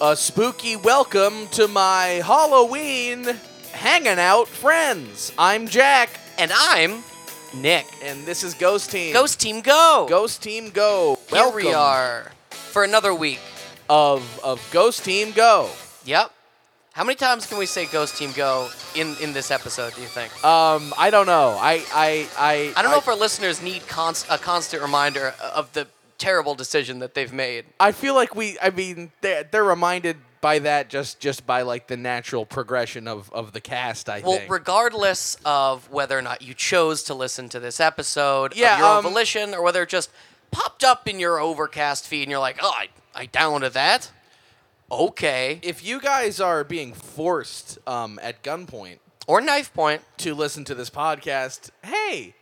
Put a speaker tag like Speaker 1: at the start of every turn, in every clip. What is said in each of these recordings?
Speaker 1: a spooky welcome to my Halloween hanging out friends. I'm Jack,
Speaker 2: And I'm Nick.
Speaker 1: and this is Ghost Team.
Speaker 2: Ghost Team Go!
Speaker 1: Ghost Team Go.
Speaker 2: Here
Speaker 1: welcome
Speaker 2: we are for another week.
Speaker 1: Of, of Ghost Team Go.
Speaker 2: Yep. How many times can we say Ghost Team Go in, in this episode, do you think?
Speaker 1: Um, I don't know. I I I,
Speaker 2: Uh, I don't know if our listeners need const- a constant reminder of the terrible decision that they've made.
Speaker 1: I feel like we. I mean, they're, they're reminded by that just just by like the natural progression of of the cast. I
Speaker 2: Well,
Speaker 1: think.
Speaker 2: regardless of whether or not you chose to listen to this episode
Speaker 1: Yeah,
Speaker 2: of your
Speaker 1: um,
Speaker 2: own volition or whether it just popped up in your Overcast feed and you're like, oh, I, I downloaded that. Okay.
Speaker 1: if you guys are being forced um, at gunpoint
Speaker 2: Or Knife Point.
Speaker 1: to listen to this podcast, hey,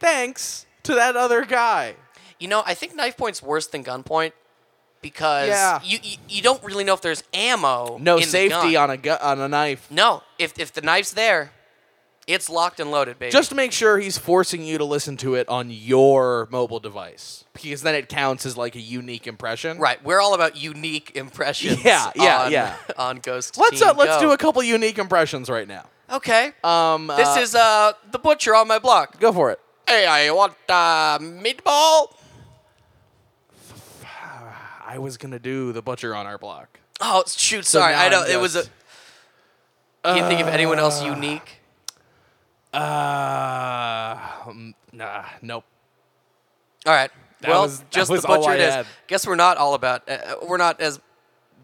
Speaker 1: thanks to that other guy.
Speaker 2: You know, I think knife point's worse than gunpoint because
Speaker 1: Yeah.
Speaker 2: you, you you don't really know if there's ammo.
Speaker 1: No
Speaker 2: in the
Speaker 1: safety on
Speaker 2: gun.
Speaker 1: a gu- on a knife.
Speaker 2: No, if if the knife's there, it's locked and loaded, baby.
Speaker 1: Just make sure he's forcing you to listen to it on your mobile device because then it counts as like a unique impression.
Speaker 2: right. We're all about unique impressions.
Speaker 1: Yeah, yeah,
Speaker 2: on,
Speaker 1: yeah.
Speaker 2: On Ghost.
Speaker 1: Let's
Speaker 2: Team
Speaker 1: uh, let's do
Speaker 2: Go.
Speaker 1: a couple unique impressions right now.
Speaker 2: Okay.
Speaker 1: Um,
Speaker 2: this
Speaker 1: uh,
Speaker 2: is uh the butcher on my block.
Speaker 1: go for it.
Speaker 2: Hey, I want uh meatball.
Speaker 1: I was gonna do the butcher on our block.
Speaker 2: Oh shoot! Sorry,
Speaker 1: now
Speaker 2: I know
Speaker 1: I'm
Speaker 2: it was a.
Speaker 1: just-
Speaker 2: Can you think of anyone else unique?
Speaker 1: Uh,
Speaker 2: mm,
Speaker 1: um, nah, nope.
Speaker 2: All right.
Speaker 1: That
Speaker 2: well,
Speaker 1: was- that
Speaker 2: just
Speaker 1: was
Speaker 2: the
Speaker 1: all
Speaker 2: butcher
Speaker 1: I
Speaker 2: it is.
Speaker 1: had.
Speaker 2: Guess we're not all about. Uh, we're not as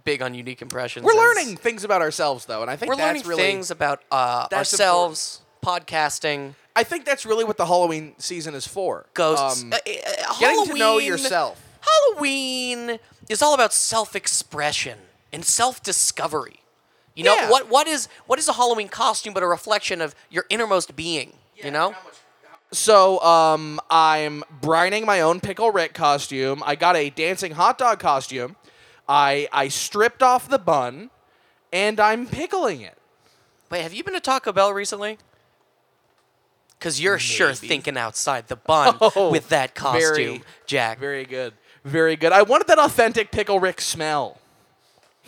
Speaker 2: big on unique impressions.
Speaker 1: We're
Speaker 2: as-
Speaker 1: learning things about ourselves though, and I think
Speaker 2: We're
Speaker 1: that's
Speaker 2: learning
Speaker 1: really
Speaker 2: things about uh,
Speaker 1: that's
Speaker 2: ourselves, podcasting,
Speaker 1: I think that's really what the Halloween season is for.
Speaker 2: ghosts,
Speaker 1: Um,
Speaker 2: uh, uh,
Speaker 1: getting to know
Speaker 2: Halloween-
Speaker 1: yourself.
Speaker 2: Halloween is all about self-expression and self-discovery. You know
Speaker 1: Yeah.
Speaker 2: what? What is what is a Halloween costume but a reflection of your innermost being? you know.
Speaker 1: So um, I'm brining my own pickle Rick costume. I got a dancing hot dog costume. I I stripped off the bun, and I'm pickling it.
Speaker 2: Wait, have you been to Taco Bell recently? Because you're sure thinking outside the bun
Speaker 1: Oh,
Speaker 2: with that
Speaker 1: very,
Speaker 2: costume, Jack.
Speaker 1: Very good, very good. I wanted that authentic pickle Rick smell.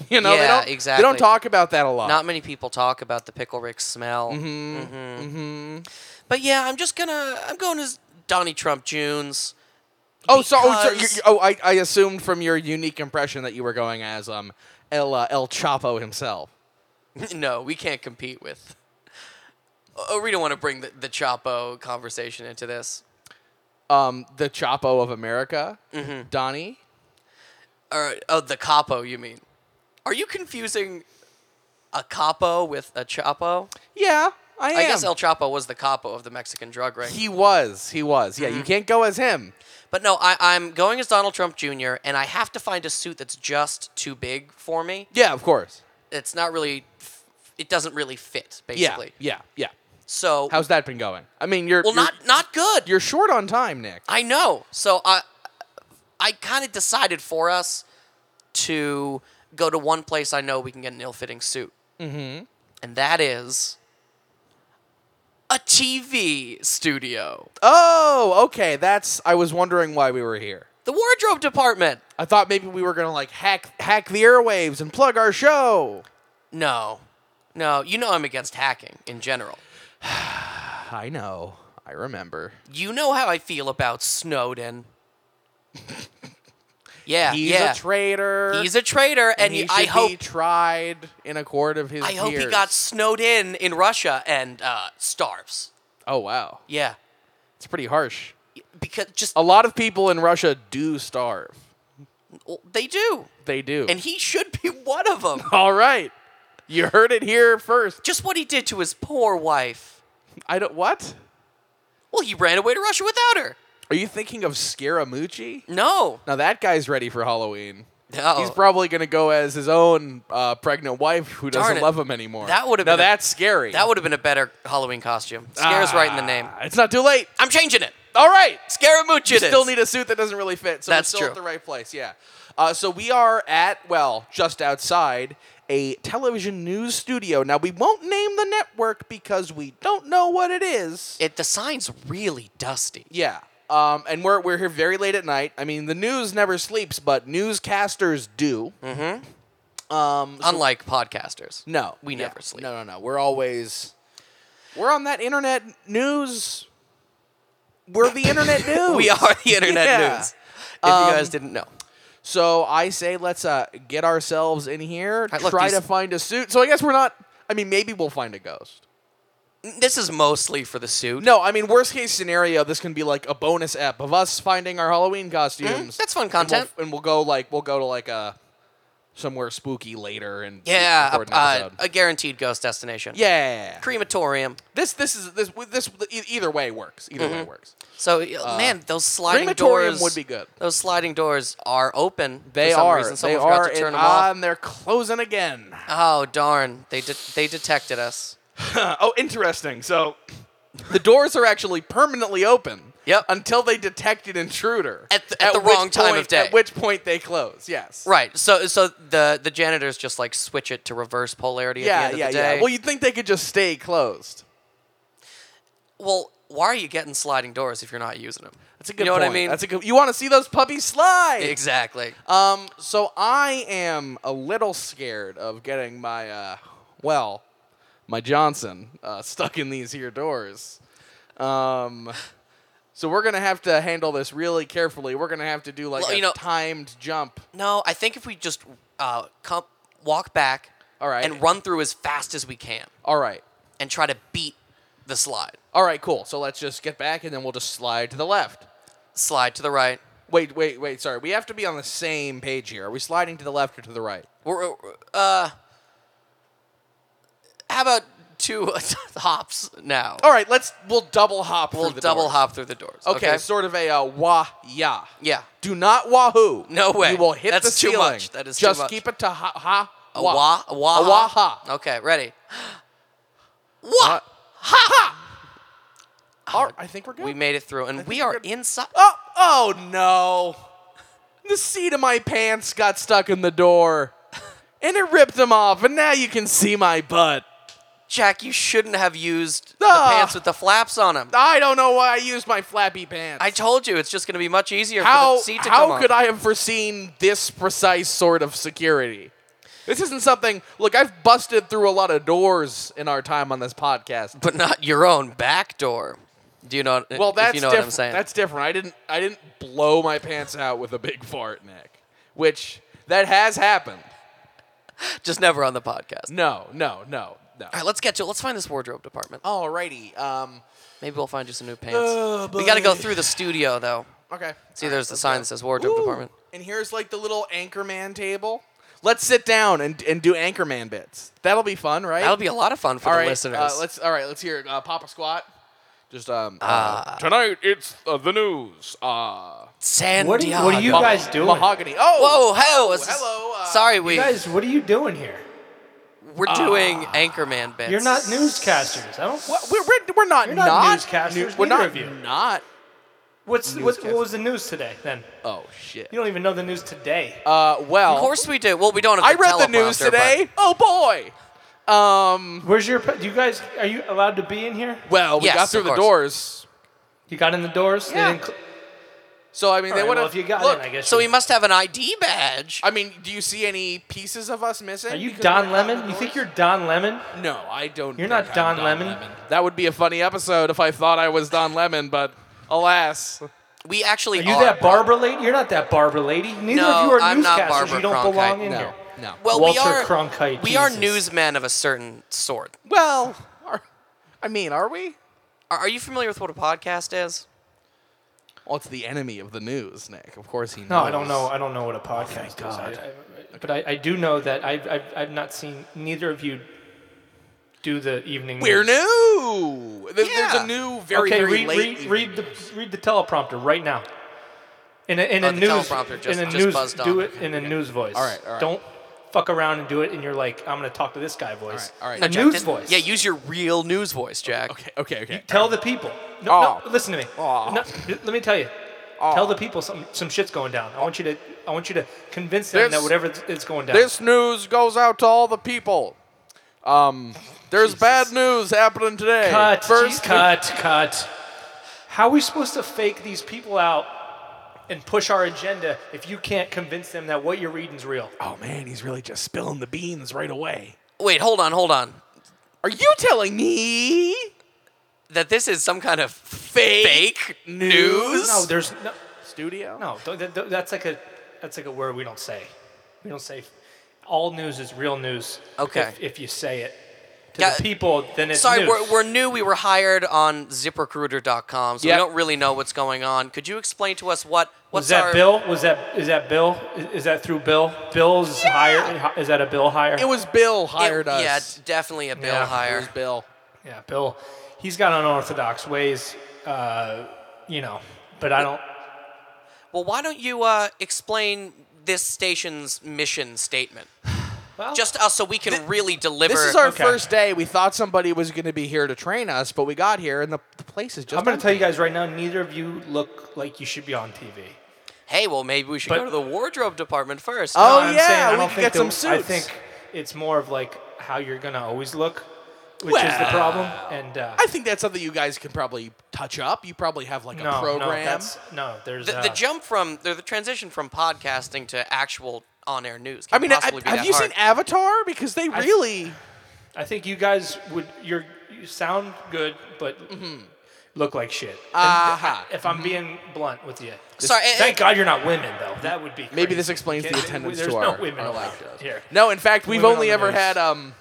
Speaker 1: You know, they
Speaker 2: Yeah,
Speaker 1: don't they
Speaker 2: exactly.
Speaker 1: don't talk about that a lot.
Speaker 2: Not many people talk about the pickle Rick smell. Mm-hmm. Mm-hmm. But yeah, I'm just gonna. I'm going as Donnie Trump Junes.
Speaker 1: oh, so, oh, so you-
Speaker 2: because-
Speaker 1: you- oh, I, I assumed from your unique impression that you were going as um El uh, El Chapo himself.
Speaker 2: no, we can't compete with. Oh, we don't want to bring the, the Chapo conversation into this.
Speaker 1: um, the Chapo of America,
Speaker 2: Mm-hmm.
Speaker 1: Donnie.
Speaker 2: Or oh, the capo, you mean? Are you confusing a capo with a Chapo?
Speaker 1: Yeah, I am.
Speaker 2: I guess El Chapo was the capo of the Mexican drug ring.
Speaker 1: he was. He was. Yeah,
Speaker 2: Mm-hmm.
Speaker 1: you can't go as him.
Speaker 2: But no, I, I'm going as Donald Trump Jr., and I have to find a suit that's just too big for me.
Speaker 1: Yeah, of course.
Speaker 2: It's not really, f- it doesn't really fit,
Speaker 1: Yeah,
Speaker 2: basically.
Speaker 1: yeah, yeah.
Speaker 2: So,
Speaker 1: How's that been going? I mean, you're
Speaker 2: well,
Speaker 1: you're,
Speaker 2: not not good.
Speaker 1: you're short on time, Nick.
Speaker 2: I know. So I, I kind of decided for us to go to one place I know we can get an ill-fitting suit, mm-hmm. and that is a TV studio,
Speaker 1: Oh, okay. That's. I was wondering why we were here.
Speaker 2: the wardrobe department.
Speaker 1: I thought maybe we were gonna like hack hack the airwaves and plug our show.
Speaker 2: No, no, you know I'm against hacking in general.
Speaker 1: I know. I remember.
Speaker 2: You know how I feel about Snowden. yeah,
Speaker 1: He's
Speaker 2: Uh, yeah.
Speaker 1: a traitor.
Speaker 2: He's a traitor, and,
Speaker 1: he
Speaker 2: y- I
Speaker 1: should be
Speaker 2: hope
Speaker 1: tried in a court of his
Speaker 2: I hope he
Speaker 1: peers.
Speaker 2: got snowed in in Russia and uh, starves.
Speaker 1: Oh wow,
Speaker 2: Yeah,
Speaker 1: it's pretty harsh.
Speaker 2: because just
Speaker 1: a lot of people in Russia do starve.
Speaker 2: oh, they do,
Speaker 1: They do.
Speaker 2: and he should be one of them.
Speaker 1: all right, you heard it here first.
Speaker 2: just what he did to his poor wife.
Speaker 1: I don't. What
Speaker 2: Well, he ran away to Russia without her.
Speaker 1: are you thinking of Scaramucci?
Speaker 2: No,
Speaker 1: Now that guy's ready for Halloween.
Speaker 2: no.
Speaker 1: He's probably gonna go as his own uh, pregnant wife who
Speaker 2: Darn
Speaker 1: doesn't
Speaker 2: it.
Speaker 1: love him anymore.
Speaker 2: That would've
Speaker 1: now
Speaker 2: been a-
Speaker 1: that's scary.
Speaker 2: that would have been a better Halloween costume. Scare's right in the name.
Speaker 1: It's not too late.
Speaker 2: I'm changing it.
Speaker 1: All right.
Speaker 2: Scaramouche.
Speaker 1: Ah. You
Speaker 2: it
Speaker 1: still
Speaker 2: is.
Speaker 1: need a suit that doesn't really fit. So
Speaker 2: That's
Speaker 1: we're still
Speaker 2: true.
Speaker 1: at the right place. Yeah. Uh, so we are at well, just outside a television news studio. Now we won't name the network because we don't know what it is.
Speaker 2: It, the sign's really dusty.
Speaker 1: yeah. Um, and we're we're here very late at night. I mean, the news never sleeps, but newscasters do. Mm-hmm. Um, so-
Speaker 2: Unlike podcasters.
Speaker 1: no,
Speaker 2: we
Speaker 1: yeah.
Speaker 2: never sleep.
Speaker 1: No, no, no. We're always we're on that internet news. We're the internet news.
Speaker 2: We are the internet
Speaker 1: Yeah.
Speaker 2: news. If you guys didn't know.
Speaker 1: So I say let's uh, get ourselves in here,
Speaker 2: right, look,
Speaker 1: try
Speaker 2: these-
Speaker 1: to find a suit. So I guess we're not. I mean, maybe we'll find a ghost.
Speaker 2: This is mostly for the suit.
Speaker 1: No, I mean, worst case scenario, this can be like a bonus app of us finding our Halloween costumes.
Speaker 2: Mm-hmm. That's fun
Speaker 1: And we'll-
Speaker 2: content.
Speaker 1: and we'll, go like we'll go to like a somewhere spooky later and
Speaker 2: Yeah,
Speaker 1: record
Speaker 2: a,
Speaker 1: an
Speaker 2: uh,
Speaker 1: episode.
Speaker 2: a guaranteed ghost destination.
Speaker 1: yeah.
Speaker 2: Crematorium.
Speaker 1: This this is this this e- either way works. Either way works.
Speaker 2: So, uh, man, those sliding
Speaker 1: crematorium
Speaker 2: Mm-hmm.
Speaker 1: would
Speaker 2: doors
Speaker 1: be good.
Speaker 2: Those sliding doors are open.
Speaker 1: They
Speaker 2: for some
Speaker 1: are.
Speaker 2: Reason.
Speaker 1: they
Speaker 2: Someone forgot
Speaker 1: are.
Speaker 2: to turn
Speaker 1: and,
Speaker 2: them off.
Speaker 1: and they're closing again.
Speaker 2: Oh darn! They de- they detected us.
Speaker 1: oh, interesting. So the doors are actually permanently open.
Speaker 2: Yep.
Speaker 1: Until they detect an intruder
Speaker 2: At the- at the
Speaker 1: which
Speaker 2: wrong time of
Speaker 1: point-
Speaker 2: day.
Speaker 1: At which point they close. Yes.
Speaker 2: Right. So so the the janitors just like switch it to reverse polarity
Speaker 1: Yeah.
Speaker 2: at the end
Speaker 1: yeah.
Speaker 2: of the day.
Speaker 1: Yeah. Well, you'd think they could just stay closed.
Speaker 2: Well, why are you getting sliding doors if you're not using them?
Speaker 1: That's a good.
Speaker 2: You know
Speaker 1: point.
Speaker 2: what I mean?
Speaker 1: That's a good. You want to see those puppies slide?
Speaker 2: exactly.
Speaker 1: Um, so I am a little scared of getting my, uh, well, my Johnson uh, stuck in these here doors. Um, so we're gonna have to handle this really carefully. We're gonna have to do like
Speaker 2: Well,
Speaker 1: a
Speaker 2: you know-
Speaker 1: timed jump.
Speaker 2: No, I think if we just uh, come walk back,
Speaker 1: All right.
Speaker 2: and run through as fast as we can,
Speaker 1: All right,
Speaker 2: and try to beat the slide,
Speaker 1: all right, cool. So let's just get back and then we'll just slide to the left.
Speaker 2: slide to the right.
Speaker 1: Wait, wait, wait. Sorry, we have to be on the same page here. Are we sliding to the left or to the right?
Speaker 2: We're, uh, how about two hops now?
Speaker 1: All right, let's. We'll double hop.
Speaker 2: we'll
Speaker 1: Oh, through the
Speaker 2: double
Speaker 1: doors.
Speaker 2: hop through the doors.
Speaker 1: Okay,
Speaker 2: Okay.
Speaker 1: sort of a uh, wah ya.
Speaker 2: yeah.
Speaker 1: Do not wahoo.
Speaker 2: No way.
Speaker 1: You will hit
Speaker 2: That's
Speaker 1: the
Speaker 2: too
Speaker 1: ceiling.
Speaker 2: much. That is too
Speaker 1: just
Speaker 2: much.
Speaker 1: keep it to ha ha
Speaker 2: A wah, a wah,
Speaker 1: wah
Speaker 2: ha.
Speaker 1: ha.
Speaker 2: Okay, ready. wah.
Speaker 1: Uh, All right, I think we're good.
Speaker 2: We made it through, and we
Speaker 1: we're
Speaker 2: are
Speaker 1: good.
Speaker 2: inside.
Speaker 1: oh, oh no! The seat of my pants got stuck in the door, and it ripped them off. And now you can see my butt.
Speaker 2: Jack, you shouldn't have used
Speaker 1: Ah.
Speaker 2: the pants with the flaps on them.
Speaker 1: I don't know why I used my flappy pants.
Speaker 2: I told you, it's just going to be much easier for
Speaker 1: how
Speaker 2: the seat to
Speaker 1: how
Speaker 2: come
Speaker 1: could
Speaker 2: up.
Speaker 1: I have foreseen this precise sort of security? This isn't something. Look, I've busted through a lot of doors in our time on this podcast.
Speaker 2: But not your own back door. Do you know?
Speaker 1: Well,
Speaker 2: if
Speaker 1: that's
Speaker 2: you know what
Speaker 1: different.
Speaker 2: I'm saying.
Speaker 1: That's different. I didn't. I didn't blow my pants out with a big fart, Nick. Which that has happened.
Speaker 2: just never on the podcast.
Speaker 1: No, no, no, no.
Speaker 2: All right, let's get to it. Let's find this wardrobe department.
Speaker 1: Alrighty. Um.
Speaker 2: Maybe we'll find you some new pants.
Speaker 1: Oh,
Speaker 2: we got to go
Speaker 1: boy.
Speaker 2: through the studio, though.
Speaker 1: Okay.
Speaker 2: See,
Speaker 1: All right,
Speaker 2: there's the
Speaker 1: let's
Speaker 2: sign
Speaker 1: go.
Speaker 2: that says wardrobe
Speaker 1: Ooh,
Speaker 2: department.
Speaker 1: And here's like the little anchorman table. Let's sit down and and do anchorman bits. That'll be fun, right?
Speaker 2: That'll be a lot of fun for
Speaker 1: All
Speaker 2: the
Speaker 1: right,
Speaker 2: listeners.
Speaker 1: Uh, let's. All right. Let's hear uh, Papa Squat. Just um. Uh, Tonight it's uh, the news. Uh,
Speaker 2: San
Speaker 3: What are you- what are you
Speaker 2: Diego.
Speaker 3: guys doing?
Speaker 1: Mahogany. Oh.
Speaker 2: Whoa, hello.
Speaker 1: Oh, hello, uh,
Speaker 2: sorry, we
Speaker 3: You guys, what are you doing here?
Speaker 2: we're doing Anchorman bits.
Speaker 3: Ah. You're not newscasters. I don't.
Speaker 1: What? We're, we're, we're not
Speaker 3: You're
Speaker 1: not,
Speaker 3: not newscasters,
Speaker 1: new- we're
Speaker 3: neither
Speaker 1: not
Speaker 3: of you.
Speaker 1: not.
Speaker 3: What's what,
Speaker 1: Newscasters.
Speaker 3: what was the news today? Then
Speaker 1: Oh shit.
Speaker 3: you don't even know the news today.
Speaker 1: Uh, well,
Speaker 2: Of course we do. Well, we don't. Have
Speaker 1: I read the news
Speaker 2: teleprompter, but-
Speaker 1: today. Oh boy. Um.
Speaker 3: Where's your? pa- Do you guys? Are you allowed to be in here?
Speaker 1: Well, we
Speaker 2: Yes,
Speaker 1: got through
Speaker 2: of
Speaker 1: the
Speaker 2: course.
Speaker 1: doors,
Speaker 3: You got in the doors. They
Speaker 1: Yeah.
Speaker 3: didn't cl-
Speaker 1: so I mean
Speaker 3: All
Speaker 1: they
Speaker 3: right,
Speaker 1: would
Speaker 3: well,
Speaker 1: have
Speaker 3: if you got
Speaker 1: look,
Speaker 3: in, I guess.
Speaker 2: so
Speaker 3: you-
Speaker 2: we must have an ID badge.
Speaker 1: I mean, do you see any pieces of us missing?
Speaker 3: Are you
Speaker 1: because
Speaker 3: Don
Speaker 1: we're out
Speaker 3: Lemon?
Speaker 1: the
Speaker 3: You think you're
Speaker 1: doors?
Speaker 3: Don Lemon?
Speaker 1: No, I don't.
Speaker 3: You're
Speaker 1: think
Speaker 3: not
Speaker 1: I'm
Speaker 3: Don Lemon.
Speaker 1: That would be a funny episode if I thought I was Don Lemon, but alas.
Speaker 2: we actually
Speaker 3: Are you that Barbara lady? You're not that Barbara lady. Neither
Speaker 2: Oh, No,
Speaker 3: of you are
Speaker 2: I'm not
Speaker 3: newscasters.
Speaker 2: Barbara
Speaker 3: you don't
Speaker 2: Cronkite,
Speaker 3: belong in
Speaker 1: no,
Speaker 3: here.
Speaker 1: no.
Speaker 2: Well, we
Speaker 3: Walter
Speaker 2: are.
Speaker 3: Cronkite,
Speaker 2: we are
Speaker 3: Jesus.
Speaker 2: newsmen of a certain sort.
Speaker 1: well, are, I mean, are we?
Speaker 2: Are, are you familiar with what a podcast is?
Speaker 1: Well, it's the enemy of the news, Nick. Of course he knows.
Speaker 3: No, I don't know. I don't know what a podcast
Speaker 2: Oh
Speaker 3: is. I, I, but I, I do know that I've, I've, I've not seen neither of you do the evening.
Speaker 1: We're
Speaker 3: news.
Speaker 1: new. There- There's
Speaker 2: Yeah.
Speaker 1: a new, very,
Speaker 3: okay,
Speaker 1: very
Speaker 3: read,
Speaker 1: late.
Speaker 3: read,
Speaker 1: evening.
Speaker 3: read the read the teleprompter right now. In a, in
Speaker 2: Oh,
Speaker 3: a
Speaker 2: the
Speaker 3: news
Speaker 2: teleprompter just-
Speaker 3: in a
Speaker 2: just
Speaker 3: news
Speaker 2: buzzed on.
Speaker 3: do it in a news voice.
Speaker 1: All right, all right.
Speaker 3: Don't fuck around and do it in your like I'm gonna talk to this guy voice.
Speaker 1: All right, all right.
Speaker 2: No,
Speaker 3: A
Speaker 2: Jack,
Speaker 3: news
Speaker 2: this-
Speaker 3: voice.
Speaker 2: Yeah, use your real news voice, Jack.
Speaker 1: Okay, okay, okay.
Speaker 3: tell the people. No,
Speaker 1: Aw.
Speaker 3: no, listen to me.
Speaker 1: Aw.
Speaker 3: No, let me tell you. Tell the people some some shit's going down. I want you to I want you to convince them
Speaker 1: There's-
Speaker 3: that whatever is going down.
Speaker 1: This news goes out to all the people. Um, there's bad news happening today.
Speaker 3: Cut.
Speaker 1: First,
Speaker 3: cut. Cut. How are we supposed to fake these people out and push our agenda if you can't convince them that what you're reading's real.
Speaker 1: Oh man, he's really just spilling the beans right away.
Speaker 2: Wait, hold on, hold on.
Speaker 1: Are you telling me?
Speaker 2: That this is some kind of fake, news?
Speaker 3: No, there's no.
Speaker 1: Studio?
Speaker 3: No, th- th- th- that's like a that's like a word we don't say. We don't say all news is real news.
Speaker 2: Okay.
Speaker 3: If, if you say it to
Speaker 2: Yeah,
Speaker 3: the people, then it's
Speaker 2: Sorry,
Speaker 3: news.
Speaker 2: we're, we're new. We were hired on ZipRecruiter.com, so
Speaker 1: Yep.
Speaker 2: we don't really know what's going on. Could you explain to us what what's
Speaker 3: was that
Speaker 2: our
Speaker 3: Bill? Was that is that Bill? Is, is that through Bill? Bill's higher. Is that a Bill higher?
Speaker 1: It was Bill
Speaker 2: It-
Speaker 1: hired us.
Speaker 2: Yeah, it's definitely a Bill
Speaker 3: Yeah.
Speaker 1: it
Speaker 2: hire.
Speaker 1: was Bill.
Speaker 3: yeah, Bill. He's got unorthodox ways, uh, you know. But I don't.
Speaker 2: Well, why don't you uh, explain this station's mission statement?
Speaker 3: Well,
Speaker 2: Just us, so we can really deliver.
Speaker 1: This is our
Speaker 3: Okay.
Speaker 1: first day. We thought somebody was going to be here to train us, but we got here and the, the place is just.
Speaker 3: I'm going to
Speaker 1: empty.
Speaker 3: tell you guys right now. Neither of you look like you should be on TV.
Speaker 2: hey, well, maybe we should
Speaker 3: But-
Speaker 2: go to the wardrobe department first.
Speaker 1: Oh,
Speaker 3: I'm
Speaker 1: yeah,
Speaker 3: saying I
Speaker 1: we
Speaker 3: don't
Speaker 1: could
Speaker 3: think
Speaker 1: get some
Speaker 3: the- I
Speaker 1: suits.
Speaker 3: think it's more of like how you're gonna always look, which is the
Speaker 1: Well,
Speaker 3: problem. And uh,
Speaker 1: I think that's something you guys can probably touch up. You probably have like
Speaker 3: no,
Speaker 1: a program.
Speaker 3: no, that's no. There's
Speaker 2: the,
Speaker 3: uh,
Speaker 2: the jump from the, the transition from podcasting to actual on-air news.
Speaker 1: I
Speaker 2: Can
Speaker 1: mean, I-
Speaker 2: possibly be
Speaker 1: have
Speaker 2: that
Speaker 1: you
Speaker 2: hard.
Speaker 1: seen Avatar? Because they really.
Speaker 3: I think you guys would you're, you sound good, but
Speaker 1: Mm-hmm.
Speaker 3: look like shit.
Speaker 1: Aha.
Speaker 3: If I'm being blunt with you,
Speaker 2: Sorry, eh,
Speaker 3: thank God you're not women though. That would be
Speaker 1: Maybe
Speaker 3: crazy.
Speaker 1: this explains the
Speaker 3: Can't-
Speaker 1: attendance
Speaker 3: There's
Speaker 1: to
Speaker 3: no
Speaker 1: our,
Speaker 3: women
Speaker 1: our
Speaker 3: allowed
Speaker 1: live shows.
Speaker 3: here.
Speaker 1: No, in fact, we've
Speaker 3: Women on
Speaker 1: only
Speaker 3: the
Speaker 1: ever
Speaker 3: news.
Speaker 1: had um.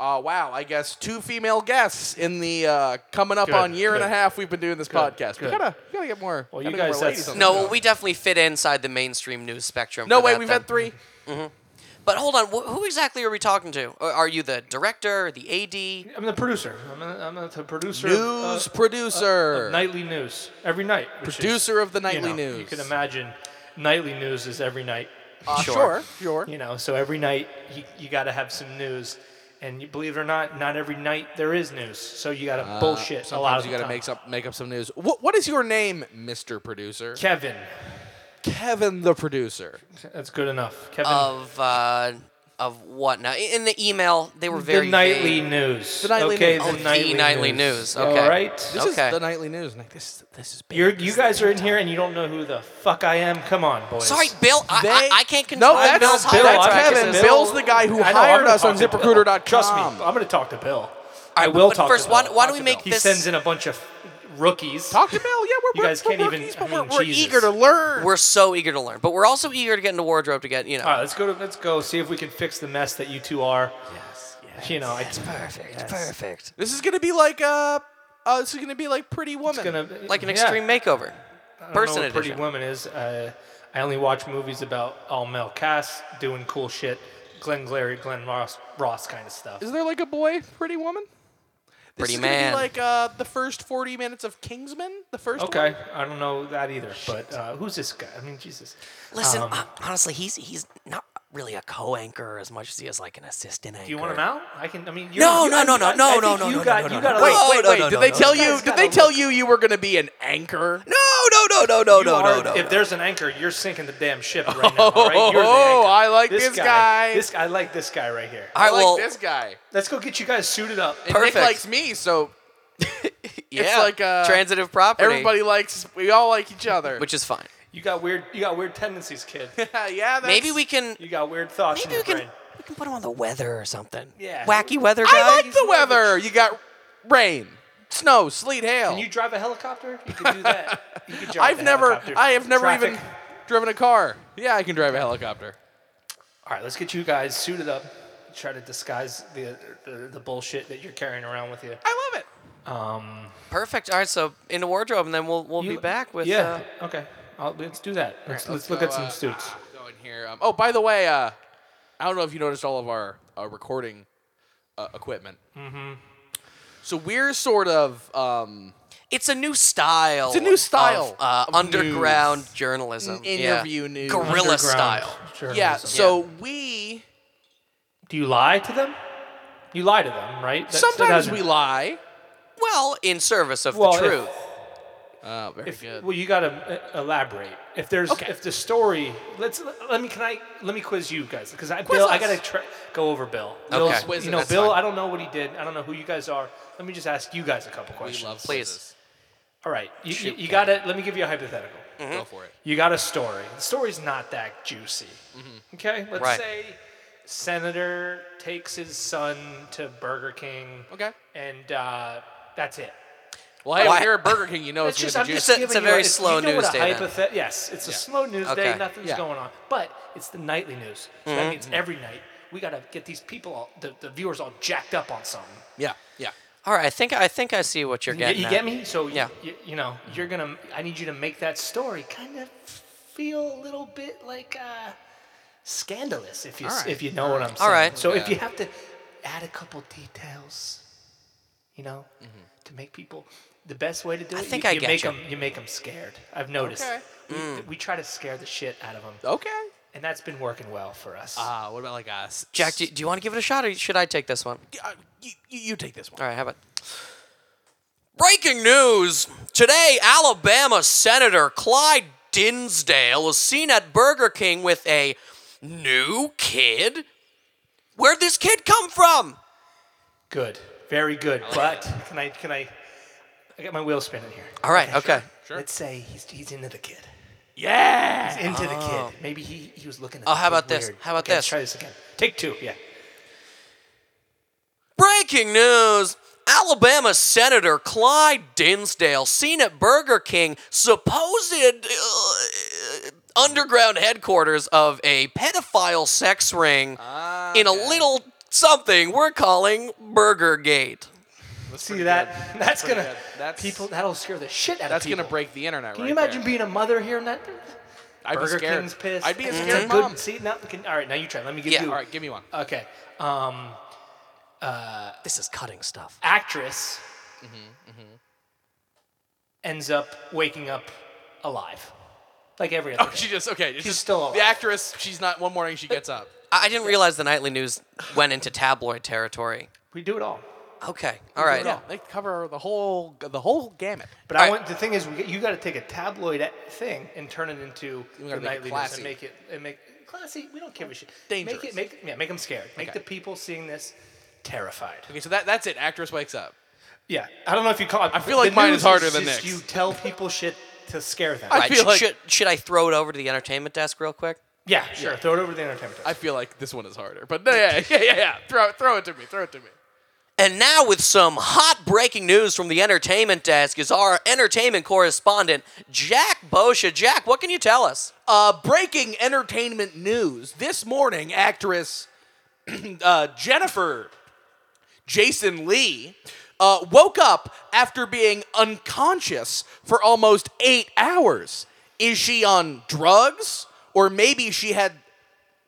Speaker 1: Uh, wow, I guess two female guests in the uh, coming up
Speaker 3: Good,
Speaker 1: on year and a
Speaker 3: good.
Speaker 1: half we've been doing this podcast. We
Speaker 3: good.
Speaker 1: gotta, we gotta get more.
Speaker 3: Well, you
Speaker 1: gotta get
Speaker 3: guys,
Speaker 1: more
Speaker 3: that's-
Speaker 1: ladies on the
Speaker 2: No,
Speaker 1: show.
Speaker 2: well, we definitely fit inside the mainstream news spectrum.
Speaker 1: no
Speaker 2: for
Speaker 1: way.
Speaker 2: that,
Speaker 1: We've
Speaker 2: then.
Speaker 1: had three.
Speaker 2: But hold on, wh- who exactly are we talking to? Uh, Are- Are you the director, the AD?
Speaker 3: I'm the producer. I'm, a, I'm a, the producer. of, uh,
Speaker 1: News producer,
Speaker 3: nightly news every night. which is,
Speaker 1: producer of the
Speaker 3: you
Speaker 1: nightly
Speaker 3: know,
Speaker 1: news.
Speaker 3: You can imagine nightly news is every night.
Speaker 1: Uh, sure, sure.
Speaker 3: You know, so every night you, you got to have some news. And you, believe it or not, not every night there is news. So you got to bullshit a lot
Speaker 1: Uh, Sometimes
Speaker 3: of
Speaker 1: you
Speaker 3: got
Speaker 1: gotta make up, make up some news. What, what is your name, Mister Producer?
Speaker 3: Kevin.
Speaker 1: Kevin the producer.
Speaker 3: That's good enough. Kevin.
Speaker 2: Of uh, of what now? In the email, they were very
Speaker 3: the nightly
Speaker 2: vague.
Speaker 3: news.
Speaker 1: The nightly
Speaker 3: okay,
Speaker 1: news.
Speaker 2: Oh,
Speaker 3: The
Speaker 2: the
Speaker 3: nightly,
Speaker 2: nightly news, okay.
Speaker 3: All right.
Speaker 1: This
Speaker 2: Okay.
Speaker 1: is the nightly news. Like this, this is big.
Speaker 3: You're, you guys are in here and you don't know who the fuck I am. Come on, boys.
Speaker 2: Sorry, Bill, I, I,
Speaker 1: They-
Speaker 2: I can't control
Speaker 1: that's
Speaker 2: Bill's
Speaker 1: Bill.
Speaker 2: hiring
Speaker 1: That's
Speaker 2: practices.
Speaker 1: Kevin. Bill's the guy who
Speaker 3: I know, I'm
Speaker 1: hired
Speaker 3: gonna
Speaker 1: us on
Speaker 3: talk to Bill.
Speaker 1: ZipRecruiter.com.
Speaker 3: Trust me, I'm going to talk to Bill. I
Speaker 2: right,
Speaker 3: will
Speaker 2: but
Speaker 3: talk
Speaker 2: first,
Speaker 3: to
Speaker 2: why-
Speaker 3: Bill.
Speaker 2: why don't
Speaker 3: Talk
Speaker 2: we
Speaker 3: to
Speaker 2: make
Speaker 3: Bill. he
Speaker 2: this-
Speaker 3: sends in a bunch of rookies.
Speaker 1: Talk to Bill. Yeah, we're
Speaker 3: You
Speaker 1: we're,
Speaker 3: guys
Speaker 1: we're
Speaker 3: can't even-
Speaker 1: rookies,
Speaker 3: I
Speaker 1: but we're,
Speaker 3: mean,
Speaker 1: we're
Speaker 3: Jesus.
Speaker 1: eager to learn.
Speaker 2: We're so eager to learn, but we're also eager to get into wardrobe to get you know.
Speaker 3: All right, let's go to let's go see if we can fix the mess that you two are. You know, it's
Speaker 2: perfect, perfect.
Speaker 1: this is gonna be like uh, uh this is gonna be like Pretty Woman.
Speaker 3: gonna
Speaker 2: Like an
Speaker 3: yeah.
Speaker 2: extreme makeover,
Speaker 3: I don't know
Speaker 2: person
Speaker 3: what Pretty
Speaker 2: edition.
Speaker 3: Woman is. Uh, I only watch movies about all male casts doing cool shit, Glenn Glary, Glenn Ross, Ross kind of stuff.
Speaker 1: Is there like a boy Pretty Woman? This
Speaker 2: Pretty
Speaker 1: is
Speaker 2: man.
Speaker 1: Gonna be like uh the first forty minutes of Kingsman. The first
Speaker 3: Okay,
Speaker 1: one.
Speaker 3: I don't know that either. But uh, who's this guy? I mean, Jesus.
Speaker 2: Listen,
Speaker 3: Um,
Speaker 2: hon- honestly, he's he's not really a co-anchor as much as he is like an assistant anchor.
Speaker 3: Do you want him out? I can. I mean, you're,
Speaker 2: No,
Speaker 3: you-
Speaker 2: no,
Speaker 3: I-
Speaker 2: no, no,
Speaker 3: I- I
Speaker 2: no,
Speaker 3: think
Speaker 2: no, no,
Speaker 3: You
Speaker 2: no,
Speaker 3: got.
Speaker 2: no, no,
Speaker 3: you got.
Speaker 2: no.
Speaker 3: to
Speaker 1: Wait,
Speaker 2: Oh,
Speaker 1: wait,
Speaker 2: no,
Speaker 1: wait.
Speaker 2: no,
Speaker 1: Did
Speaker 2: no,
Speaker 1: they
Speaker 2: no,
Speaker 1: tell
Speaker 3: no.
Speaker 1: you?
Speaker 3: This
Speaker 1: Did
Speaker 3: guy's
Speaker 1: they
Speaker 3: gotta
Speaker 1: tell
Speaker 3: look-
Speaker 1: you you were gonna be an anchor?
Speaker 2: No, no, no, no, no, no,
Speaker 3: You
Speaker 2: no,
Speaker 3: are-
Speaker 2: no.
Speaker 3: If there's an anchor, you're sinking the damn ship right now. All right? You're the
Speaker 1: Oh,
Speaker 3: anchor.
Speaker 1: I like this guy.
Speaker 3: This I like this guy right here.
Speaker 2: All
Speaker 1: I
Speaker 2: right,
Speaker 1: like
Speaker 2: well,
Speaker 1: this guy.
Speaker 3: Let's go get you guys suited up.
Speaker 1: And
Speaker 2: Perfect.
Speaker 1: Nick likes me, so
Speaker 2: yeah,
Speaker 1: like, uh,
Speaker 2: transitive property.
Speaker 1: everybody likes. We all like each other.
Speaker 2: which is fine.
Speaker 3: You got weird. You got weird tendencies, kid.
Speaker 1: yeah. That's,
Speaker 2: Maybe we can
Speaker 3: You got weird thoughts
Speaker 2: Maybe
Speaker 3: in
Speaker 2: we
Speaker 3: your
Speaker 2: can
Speaker 3: brain.
Speaker 2: we can put him on the weather or something.
Speaker 3: Yeah.
Speaker 2: Wacky weather guy.
Speaker 1: I like the weather. You got rain, snow, sleet, hail.
Speaker 3: Can you drive a helicopter? You could do that. You could drive
Speaker 1: I've
Speaker 3: a
Speaker 1: never,
Speaker 3: helicopter.
Speaker 1: I have never
Speaker 3: Traffic.
Speaker 1: even driven a car. Yeah, I can drive a helicopter.
Speaker 3: All right, let's get you guys suited up. Try to disguise the the, the bullshit that you're carrying around with you.
Speaker 1: I love it.
Speaker 3: Um,
Speaker 2: Perfect. All right, so in the wardrobe, and then we'll we'll be
Speaker 3: you-
Speaker 2: back with.
Speaker 3: yeah.
Speaker 2: Uh,
Speaker 3: okay, I'll, let's do that. Let's, let's,
Speaker 1: let's
Speaker 3: look
Speaker 1: go,
Speaker 3: at some
Speaker 1: uh,
Speaker 3: suits.
Speaker 1: Go in here. Um, oh, by the way, uh, I don't know if you noticed all of our uh, recording uh, equipment. Mm-hmm. So we're sort of um,
Speaker 2: it's a new style.
Speaker 1: It's a new style
Speaker 2: of, uh,
Speaker 1: of
Speaker 2: underground
Speaker 1: news.
Speaker 2: journalism.
Speaker 1: N-
Speaker 2: yeah.
Speaker 1: interview news.
Speaker 2: Guerrilla
Speaker 3: Underground
Speaker 2: style.
Speaker 3: journalism.
Speaker 1: yeah. So we
Speaker 3: do you lie to them? You lie to them, right? That's- that
Speaker 1: sometimes
Speaker 3: hasn't-
Speaker 1: we lie.
Speaker 2: Well, in service of
Speaker 3: Well,
Speaker 2: the
Speaker 3: if-
Speaker 2: truth.
Speaker 1: Oh, very good.
Speaker 3: Well, you got to elaborate. If there's
Speaker 1: Okay.
Speaker 3: if the story, let's let me can I let me quiz you guys because I
Speaker 1: Quiz
Speaker 3: Bill I
Speaker 1: us.
Speaker 3: got to tra- go over Bill.
Speaker 2: Okay.
Speaker 3: Bill's-
Speaker 1: Quiz
Speaker 3: you
Speaker 1: it,
Speaker 3: know
Speaker 1: that's
Speaker 3: Bill.
Speaker 1: fine.
Speaker 3: I don't know what he did. I don't know who you guys are. Let me just ask you guys a couple
Speaker 1: we
Speaker 3: questions.
Speaker 1: love
Speaker 2: Please.
Speaker 1: quizzes.
Speaker 3: All right, you, you,
Speaker 2: Shoot,
Speaker 3: got to let me give you a hypothetical.
Speaker 1: Go for it.
Speaker 3: You got a story. The story's not that juicy.
Speaker 1: Mm-hmm.
Speaker 3: Okay, let's
Speaker 2: Right.
Speaker 3: say senator takes his son to Burger King,
Speaker 1: Okay.
Speaker 3: and uh, that's it.
Speaker 1: Well, hey,
Speaker 2: Why-
Speaker 1: when you're at Burger King, you
Speaker 2: Oh,
Speaker 1: know it's, gonna be
Speaker 2: just-
Speaker 1: juicy.
Speaker 2: It's a- it's a
Speaker 3: giving you
Speaker 2: very
Speaker 3: it's- you
Speaker 2: slow
Speaker 3: know what
Speaker 2: news
Speaker 3: a
Speaker 2: day then.
Speaker 3: hypothet- yes, it's a slow news
Speaker 2: Okay. Mm-hmm.
Speaker 3: day. Nothing's
Speaker 1: Yeah.
Speaker 3: going on, but it's the nightly news. So That means every night we got to get these people, all, the, the viewers, all jacked up on something.
Speaker 1: yeah, yeah.
Speaker 2: All right, I think I think I see what you're
Speaker 3: You,
Speaker 2: getting.
Speaker 3: you
Speaker 2: at.
Speaker 3: get me? So
Speaker 2: Yeah.
Speaker 3: yeah, you, you know, you're gonna. I need you to make that story kind of feel a little bit like uh, scandalous, if you
Speaker 1: All
Speaker 3: s
Speaker 1: right.
Speaker 3: if you know what I'm saying.
Speaker 2: All right.
Speaker 3: So if
Speaker 1: Yeah.
Speaker 3: you have to add a couple details, you know, to make people. The best way to do it,
Speaker 2: think Mm-hmm.
Speaker 3: you,
Speaker 2: I
Speaker 3: you
Speaker 2: get Mm.
Speaker 3: make
Speaker 2: you.
Speaker 3: them. You make them scared. I've noticed.
Speaker 1: Okay.
Speaker 3: We, we try to scare the shit out of them,
Speaker 1: Okay.
Speaker 3: and that's been working well for us.
Speaker 1: Uh, what about like us?
Speaker 2: Jack, do, do you want to give it a shot, or should I take this one?
Speaker 1: uh, you, you, you take this one.
Speaker 2: All right, how about breaking news? Today, Alabama Senator Clyde Dinsdale is seen at Burger King with a new kid. Where'd this kid come from?
Speaker 3: Good, very good. But can I? Can I? I got my wheel spinning here.
Speaker 2: All right, okay.
Speaker 1: Sure.
Speaker 3: Let's say he's, he's into the kid.
Speaker 1: Yeah.
Speaker 3: He's into the
Speaker 1: Oh.
Speaker 3: kid. Maybe he, he was looking at
Speaker 2: Oh,
Speaker 3: the
Speaker 2: how
Speaker 3: kid
Speaker 2: about this?
Speaker 3: weird.
Speaker 2: How about
Speaker 3: okay,
Speaker 2: this?
Speaker 3: Let's try this again. Take two. Yeah.
Speaker 2: Breaking news. Alabama Senator Clyde Dinsdale seen at Burger King supposed uh, underground headquarters of a pedophile sex ring
Speaker 1: Uh,
Speaker 2: in a little something we're calling Burgergate.
Speaker 3: See that? That's,
Speaker 1: pretty
Speaker 3: gonna
Speaker 1: good. That's-
Speaker 3: people that'll scare the shit out
Speaker 1: That's
Speaker 3: of people.
Speaker 1: gonna break the internet.
Speaker 3: Can
Speaker 1: right
Speaker 3: you imagine
Speaker 1: there.
Speaker 3: being a mother here and that?
Speaker 1: I'd be
Speaker 3: Burger
Speaker 1: scared.
Speaker 3: King's pissed.
Speaker 1: I'd be a
Speaker 3: It's
Speaker 1: scared
Speaker 3: good-
Speaker 1: mom.
Speaker 3: See now, can, all right, now you try. Let me give
Speaker 2: Yeah,
Speaker 3: you.
Speaker 1: All right, give me one.
Speaker 3: Okay. Um,
Speaker 2: This is cutting stuff.
Speaker 3: actress
Speaker 1: Mm-hmm,
Speaker 3: ends up waking up alive, like every other.
Speaker 1: Oh,
Speaker 3: day.
Speaker 1: she just okay. She's
Speaker 3: still alive.
Speaker 1: the actress. She's not. One morning she gets up.
Speaker 2: I I didn't realize the nightly news went into tabloid territory.
Speaker 3: we do it all.
Speaker 2: Okay, all right.
Speaker 1: Yeah, they cover the whole the whole gamut.
Speaker 3: But
Speaker 2: All
Speaker 3: I
Speaker 2: right.
Speaker 3: want the thing is, we get- you got to take a tabloid a- thing and turn it into
Speaker 1: We
Speaker 3: the
Speaker 1: gotta make it
Speaker 3: nightly news
Speaker 1: classy.
Speaker 3: and make it and make classy. We don't give a shit. Make
Speaker 1: Dangerous.
Speaker 3: it make yeah, make them scared. Make
Speaker 1: Okay.
Speaker 3: the people seeing this terrified.
Speaker 1: Okay, so that that's it. Actress wakes up.
Speaker 3: Yeah, I don't know if you call. it... I
Speaker 1: feel like mine is harder than
Speaker 3: just
Speaker 1: Nick's.
Speaker 3: You tell people shit to scare them.
Speaker 1: I
Speaker 2: All right,
Speaker 1: feel
Speaker 2: sh-
Speaker 1: like-
Speaker 2: should, should I throw it over to the entertainment desk real quick?
Speaker 3: yeah, sure. Throw it over the entertainment.
Speaker 1: I
Speaker 3: desk.
Speaker 1: feel like this one is harder. But no, yeah, yeah, yeah, yeah. Throw it- throw it to me. Throw it to me.
Speaker 2: And now, with some hot breaking news from the entertainment desk, is our entertainment correspondent, Jack Bosha. Jack, what can you tell us?
Speaker 1: Uh, breaking entertainment news this morning, actress uh, Jennifer Jason Lee uh, woke up after being unconscious for almost eight hours. Is she on drugs, or maybe she had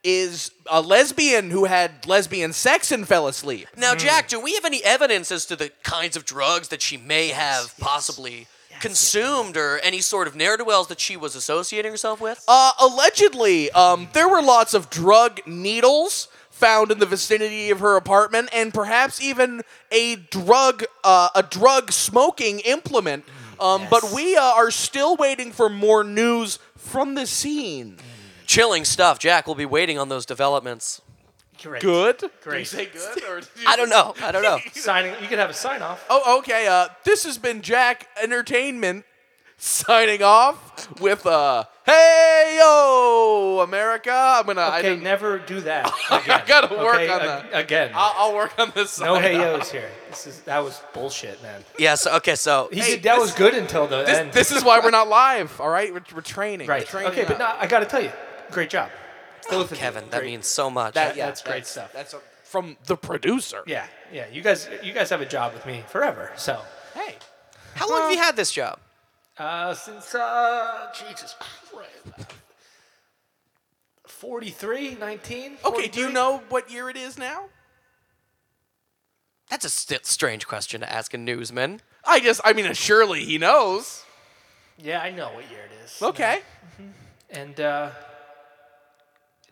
Speaker 1: is a lesbian who had lesbian sex and fell asleep?
Speaker 2: Now, Jack, do we have any evidence as to the kinds of drugs that she may have possibly consumed or any sort of ne'er do wells that she was associating herself with?
Speaker 1: Uh, allegedly, um, there were lots of drug needles found in the vicinity of her apartment, and perhaps even a drug uh, a drug smoking implement. Um, But we uh, are still waiting for more news from the scene.
Speaker 2: Chilling stuff, Jack. We'll be waiting on those developments.
Speaker 3: Great.
Speaker 1: Good.
Speaker 3: Great.
Speaker 1: good? Or did you
Speaker 2: I don't know. I don't know.
Speaker 3: Signing. You could have a sign off.
Speaker 1: Oh, okay. Uh, this has been Jack Entertainment signing off with uh, "Hey Yo America." I'm gonna. I
Speaker 3: Okay,
Speaker 1: didn't,
Speaker 3: never do that.
Speaker 1: I
Speaker 3: again,
Speaker 1: gotta work
Speaker 3: okay?
Speaker 1: on
Speaker 3: A-
Speaker 1: that. Oh
Speaker 3: again.
Speaker 1: I'll, I'll work on this.
Speaker 3: no
Speaker 1: sign
Speaker 3: hey
Speaker 1: off.
Speaker 3: yo's here. This is that was bullshit, man.
Speaker 2: Yes. okay. So
Speaker 3: He
Speaker 1: Hey,
Speaker 3: did, that
Speaker 1: this-
Speaker 3: was good until the end.
Speaker 1: This, this is why we're not live. All right, we're, we're training. We're
Speaker 3: right.
Speaker 1: training
Speaker 3: Okay,
Speaker 1: up.
Speaker 3: but no, I gotta tell you, great job. Both of you.
Speaker 2: Kevin, that
Speaker 3: Great.
Speaker 2: means so much.
Speaker 1: That-
Speaker 3: that's great stuff.
Speaker 1: That's a, from the producer.
Speaker 3: Yeah, yeah. You guys, you guys have a job with me forever. So,
Speaker 1: Hey,
Speaker 2: How long have you had this job?
Speaker 3: uh, since uh, Jesus Christ, 43, 19.
Speaker 1: okay. Do you know what year it is now?
Speaker 2: That's a st- strange question to ask a newsman.
Speaker 1: I just, I mean, surely he knows.
Speaker 3: Yeah, I know what year it is.
Speaker 1: Okay.
Speaker 3: And uh,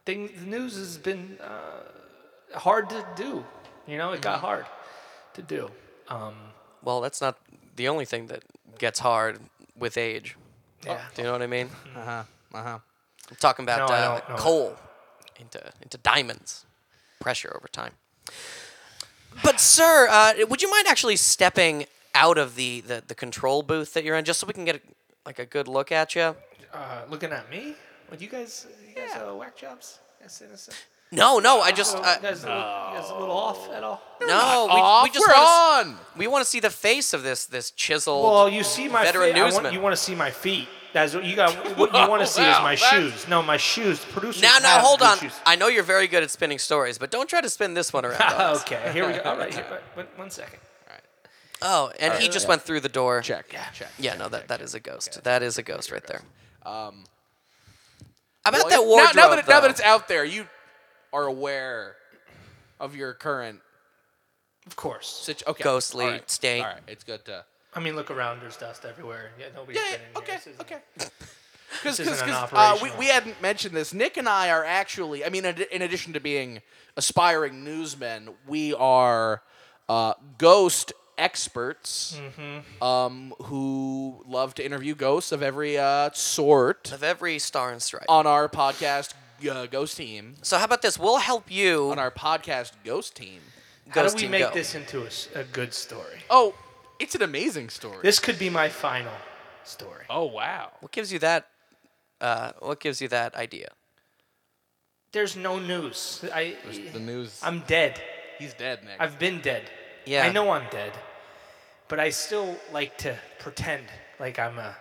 Speaker 3: things, the news has been uh, hard to do. You know, it got hard to do. Um,
Speaker 2: Well, that's not the only thing that gets hard with age.
Speaker 3: yeah.
Speaker 2: Do you know what I mean?
Speaker 1: Uh huh. Uh huh.
Speaker 2: I'm talking about
Speaker 3: No, I
Speaker 2: uh,
Speaker 3: don't know.
Speaker 2: coal into into diamonds, pressure over time. But sir, uh, would you mind actually stepping out of the, the the control booth that you're in, just so we can get a, like a good look at you?
Speaker 3: uh, looking at me? What you guys? You guys uh, whack jobs? You guys innocent?
Speaker 2: No, no, I just
Speaker 3: So
Speaker 2: uh,
Speaker 3: you, guys a little, you guys a little off at all?
Speaker 2: no. We,
Speaker 1: Off,
Speaker 2: we just
Speaker 1: we're
Speaker 2: want
Speaker 1: on.
Speaker 2: to we want to see the face of this this chiseled.
Speaker 3: Well, you see my
Speaker 2: veteran
Speaker 3: feet. I want-
Speaker 2: newsman.
Speaker 3: you want to see my feet. That's what you got. What you want to see is
Speaker 1: Wow,
Speaker 3: my
Speaker 1: that's-
Speaker 3: shoes. No, my shoes. Producers.
Speaker 2: now, now,
Speaker 3: have
Speaker 2: hold
Speaker 3: good
Speaker 2: on.
Speaker 3: shoes.
Speaker 2: I know you're very good at spinning stories, but don't try to spin this one around. on us.
Speaker 3: okay, here we go. All right, here, one, one second.
Speaker 2: Oh, and he just went through the door.
Speaker 1: Check. Check.
Speaker 2: Yeah, no, that, that is a ghost. That is a ghost right there.
Speaker 1: Um, well,
Speaker 2: About that
Speaker 1: you- now-
Speaker 2: wardrobe.
Speaker 1: Now, that, it- now
Speaker 2: though.
Speaker 1: that it's out there, you are aware of your current
Speaker 3: Of course.
Speaker 1: situation. Okay.
Speaker 2: Ghostly
Speaker 1: all right,
Speaker 2: state.
Speaker 1: All right. It's good to.
Speaker 3: I mean, look around. There's dust everywhere. Yeah, nobody's
Speaker 1: Yeah.
Speaker 3: been in
Speaker 1: yeah
Speaker 3: here.
Speaker 1: okay.
Speaker 3: This isn't-
Speaker 1: Okay. Because
Speaker 3: isn't an
Speaker 1: uh, we,
Speaker 3: operational-
Speaker 1: we hadn't mentioned this. Nick and I are actually, I mean, ad- in addition to being aspiring newsmen, we are uh, ghost experts
Speaker 3: Mm-hmm.
Speaker 1: um, who love to interview ghosts of every uh, sort
Speaker 2: of every star and stripe.
Speaker 1: on our podcast, uh, Ghost Team.
Speaker 2: Uh, so how about this? We'll help you.
Speaker 1: On our podcast, Ghost Team.
Speaker 3: How
Speaker 2: ghost
Speaker 3: do we
Speaker 2: team
Speaker 3: make
Speaker 2: go.
Speaker 3: this into a, s- a good story?
Speaker 1: Oh, it's an amazing story.
Speaker 3: This could be my final story.
Speaker 1: oh, wow.
Speaker 2: What gives you that? Uh, what gives you that idea?
Speaker 3: There's no news. I,
Speaker 1: The news.
Speaker 3: I'm dead.
Speaker 1: he's dead, Nick.
Speaker 3: I've been dead.
Speaker 2: Yeah.
Speaker 3: I know I'm dead, but I still like to pretend like I'm a,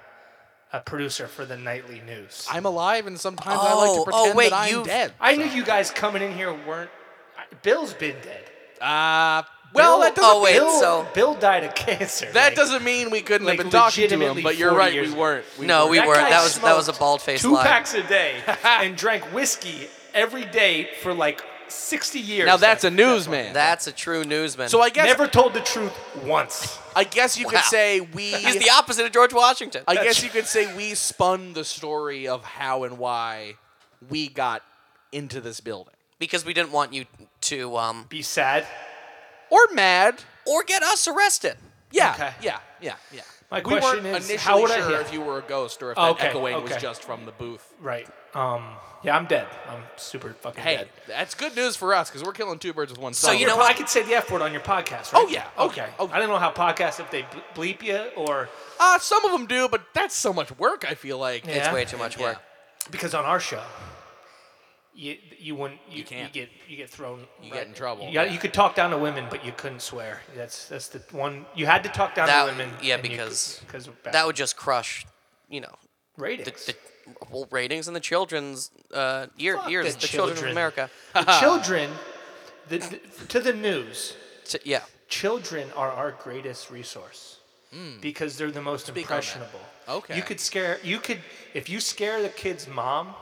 Speaker 3: a producer for the nightly news.
Speaker 1: I'm alive, and sometimes I like
Speaker 2: Oh,
Speaker 1: to
Speaker 2: oh,
Speaker 1: pretend
Speaker 2: wait,
Speaker 1: that I'm
Speaker 2: you've-
Speaker 1: dead.
Speaker 3: I knew you guys coming in here weren't. I- Bill's been dead.
Speaker 1: Uh, well, that doesn't,
Speaker 2: oh, wait,
Speaker 3: Bill,
Speaker 2: so-
Speaker 3: Bill died of cancer.
Speaker 1: that
Speaker 3: like,
Speaker 1: doesn't mean we couldn't
Speaker 3: like
Speaker 1: have been talking to him,
Speaker 3: legitimately
Speaker 1: but you're
Speaker 3: 40
Speaker 1: right, we
Speaker 3: years ago.
Speaker 1: weren't. We
Speaker 2: No,
Speaker 1: weren't.
Speaker 2: we weren't.
Speaker 3: guy
Speaker 2: That was- that was a
Speaker 3: smoked
Speaker 2: bald-faced
Speaker 3: Two
Speaker 2: lie.
Speaker 3: packs a day and drank whiskey every day for like sixty years.
Speaker 1: Now that's a
Speaker 3: Like,
Speaker 1: newsman.
Speaker 2: That's a true newsman.
Speaker 1: so I guess
Speaker 3: Never told the truth once.
Speaker 1: I guess you
Speaker 2: Wow.
Speaker 1: could say we.
Speaker 2: he's the opposite of George Washington.
Speaker 1: I guess you could say we spun the story of how and why we got into this building,
Speaker 2: because we didn't want you to um
Speaker 3: Be sad.
Speaker 1: or mad.
Speaker 2: or get us arrested.
Speaker 1: Yeah,
Speaker 3: Okay.
Speaker 1: yeah, yeah, yeah.
Speaker 3: My
Speaker 1: we
Speaker 3: question
Speaker 1: weren't
Speaker 3: is,
Speaker 1: initially
Speaker 3: how would I
Speaker 1: sure
Speaker 3: hear?
Speaker 1: if you were a ghost or if
Speaker 3: Okay,
Speaker 1: that echoing was
Speaker 3: okay.
Speaker 1: just from the booth.
Speaker 3: Right. Um. Yeah, I'm dead. I'm super fucking
Speaker 1: Hey,
Speaker 3: dead.
Speaker 1: that's good news for us because we're killing two birds with one
Speaker 2: So
Speaker 1: stone.
Speaker 2: you know
Speaker 3: Your
Speaker 2: what?
Speaker 3: po- I could say the F word on your podcast, right?
Speaker 1: Oh, yeah. Oh,
Speaker 3: Okay.
Speaker 1: yeah. Oh,
Speaker 3: I don't know how podcasts if they ble- bleep you or
Speaker 1: Uh, some of them do, but that's so much work. I feel like
Speaker 3: Yeah.
Speaker 2: It's way too much
Speaker 1: Yeah.
Speaker 2: work.
Speaker 3: because on our show, you you wouldn't you,
Speaker 1: can't.
Speaker 3: you get you get thrown
Speaker 1: You get in trouble,
Speaker 3: You, got-
Speaker 1: yeah.
Speaker 3: you could talk down to women, but you couldn't swear. That's that's the one you had to talk down
Speaker 2: That-
Speaker 3: to women.
Speaker 2: yeah,
Speaker 3: and you
Speaker 2: because
Speaker 3: could- because
Speaker 2: That would just crush, you know,
Speaker 3: ratings.
Speaker 2: the well, ratings in the children's uh, year,
Speaker 3: Fuck
Speaker 2: years,
Speaker 3: the
Speaker 2: the, children. of
Speaker 3: children.
Speaker 2: America.
Speaker 3: The children, the, the, to the news,
Speaker 2: T- yeah.
Speaker 3: children are our greatest resource because they're the most
Speaker 1: Hmm. on that.
Speaker 3: impressionable.
Speaker 1: Okay.
Speaker 3: You could scare you could if you scare the kid's mom,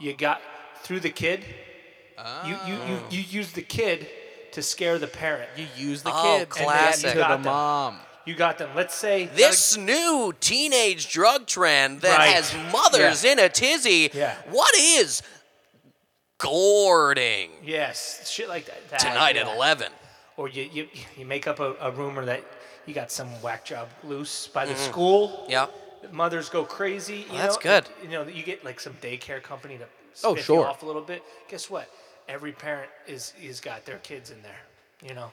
Speaker 3: you got through the kid. You, you you
Speaker 1: Oh.
Speaker 3: you use the kid to scare the parent.
Speaker 1: You use the
Speaker 2: Oh,
Speaker 1: kid
Speaker 2: classic.
Speaker 1: and
Speaker 2: You
Speaker 1: get to
Speaker 3: got
Speaker 1: the
Speaker 3: them.
Speaker 1: mom.
Speaker 3: You got them. Let's say
Speaker 2: This new teenage drug trend that
Speaker 3: Right.
Speaker 2: has mothers
Speaker 3: Yeah.
Speaker 2: in a tizzy.
Speaker 3: Yeah.
Speaker 2: What is gourding
Speaker 3: yes, shit like that. that,
Speaker 2: tonight
Speaker 3: yeah.
Speaker 2: at 11?
Speaker 3: Or you, you you make up a, a rumor that you got some whack job loose by
Speaker 1: Mm-hmm.
Speaker 3: the school.
Speaker 2: Yeah.
Speaker 3: mothers go crazy. You
Speaker 2: that's
Speaker 3: know,
Speaker 2: good.
Speaker 3: and, you know, you get like some daycare company to spiff
Speaker 1: Oh,
Speaker 3: you
Speaker 1: sure.
Speaker 3: off a little bit. Guess what? Every parent is is got their kids in there. You know,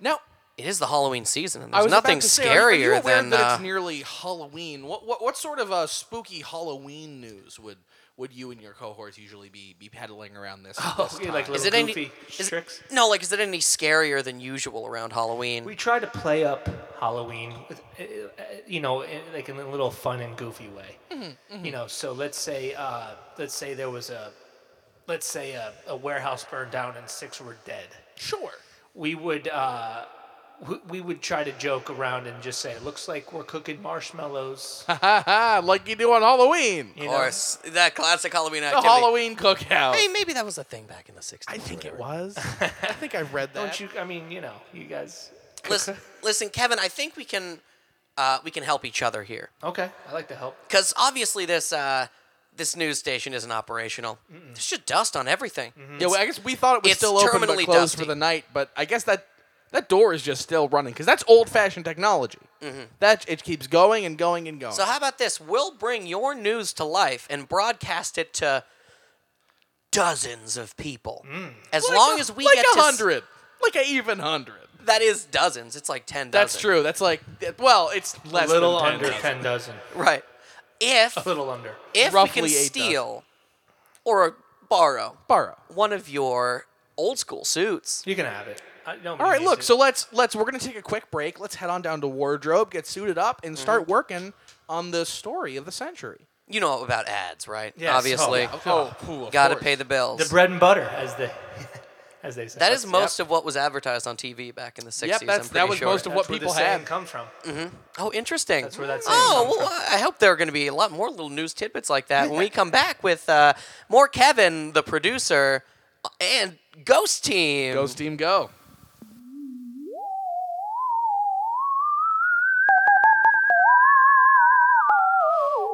Speaker 1: Now,
Speaker 2: It is the Halloween season, and
Speaker 1: I
Speaker 2: there's
Speaker 1: was about
Speaker 2: nothing
Speaker 1: to say, are- are you
Speaker 2: scarier
Speaker 1: aware
Speaker 2: than.
Speaker 1: that
Speaker 2: uh,
Speaker 1: it's nearly Halloween. What what, what sort of uh, spooky Halloween news would would you and your cohorts usually be be peddling around this? this
Speaker 3: Okay, like
Speaker 1: time?
Speaker 2: is
Speaker 3: little
Speaker 2: it any?
Speaker 3: goofy
Speaker 2: is-
Speaker 3: tricks.
Speaker 2: no, like, is it any scarier than usual around Halloween?
Speaker 3: we try to play up Halloween, with, uh, uh, you know, in, like in a little fun and goofy way. You know, so let's say uh, let's say there was a let's say a, a warehouse burned down and six were dead.
Speaker 1: sure.
Speaker 3: we would uh, we, we would try to joke around and just say, "It looks like we're cooking marshmallows."
Speaker 1: Ha ha ha! Like you do on Halloween.
Speaker 3: You
Speaker 2: Of
Speaker 3: know?
Speaker 2: course, that classic Halloween
Speaker 1: The
Speaker 2: activity.
Speaker 1: Halloween cookout.
Speaker 2: Hey, maybe that was a thing back in the 60s.
Speaker 1: I
Speaker 2: or
Speaker 1: think it
Speaker 2: whatever.
Speaker 1: was. I think I read that.
Speaker 3: Don't you? I mean, you know, you guys.
Speaker 2: Listen, listen, Kevin. I think we can, uh, we can help each other here
Speaker 3: Okay, I like to help.
Speaker 2: because obviously this, uh, this news station isn't operational. There's just dust on everything.
Speaker 1: Yeah, well, I guess we thought it was
Speaker 2: It's
Speaker 1: still open but
Speaker 2: terminally
Speaker 1: closed for
Speaker 2: dusty.
Speaker 1: the night. But I guess that that door is just still running because that's old-fashioned technology. That it keeps going and going and going.
Speaker 2: Mm-hmm. So how about this? We'll bring your news to life and broadcast it to dozens of people. As
Speaker 1: Mm. Like
Speaker 2: long
Speaker 1: a-
Speaker 2: as we
Speaker 1: like
Speaker 2: get
Speaker 1: a
Speaker 2: to s-
Speaker 1: hundred, like an even hundred.
Speaker 2: that is dozens. It's like ten.
Speaker 1: That's
Speaker 2: dozen.
Speaker 1: true. That's like well, it's less
Speaker 3: little
Speaker 1: than 10
Speaker 3: under
Speaker 1: dozen.
Speaker 3: ten dozen.
Speaker 2: Right. if
Speaker 3: a little under.
Speaker 2: if we
Speaker 1: Roughly
Speaker 2: can
Speaker 1: eight dozen.
Speaker 2: steal or borrow
Speaker 1: Borrow.
Speaker 2: one of your old school suits,
Speaker 3: You can have it. I, no,
Speaker 1: All
Speaker 3: man
Speaker 1: right,
Speaker 3: needs
Speaker 1: look.
Speaker 3: it.
Speaker 1: So let's let's we're gonna take a quick break. Let's head on down to wardrobe, get suited up, and
Speaker 2: Mm-hmm.
Speaker 1: start working on the story of the century.
Speaker 2: you know about ads, right?
Speaker 3: Yes.
Speaker 2: Obviously,
Speaker 3: Oh,
Speaker 1: cool.
Speaker 2: got to pay the bills.
Speaker 3: the bread and butter, as the as they say.
Speaker 2: that is most of what was advertised on TV back in the 60s. I'm
Speaker 1: that's-
Speaker 2: pretty
Speaker 1: that was
Speaker 2: sure.
Speaker 1: most of what
Speaker 3: where
Speaker 1: people Mm-hmm.
Speaker 3: the saying
Speaker 1: had.
Speaker 3: come from.
Speaker 2: Oh, interesting.
Speaker 3: That's where that saying
Speaker 2: Oh,
Speaker 3: comes
Speaker 2: well, I hope there are going to be a lot more little news tidbits like that when we come back with uh, more Kevin, the producer, and Ghost Team.
Speaker 1: Go Steam, go.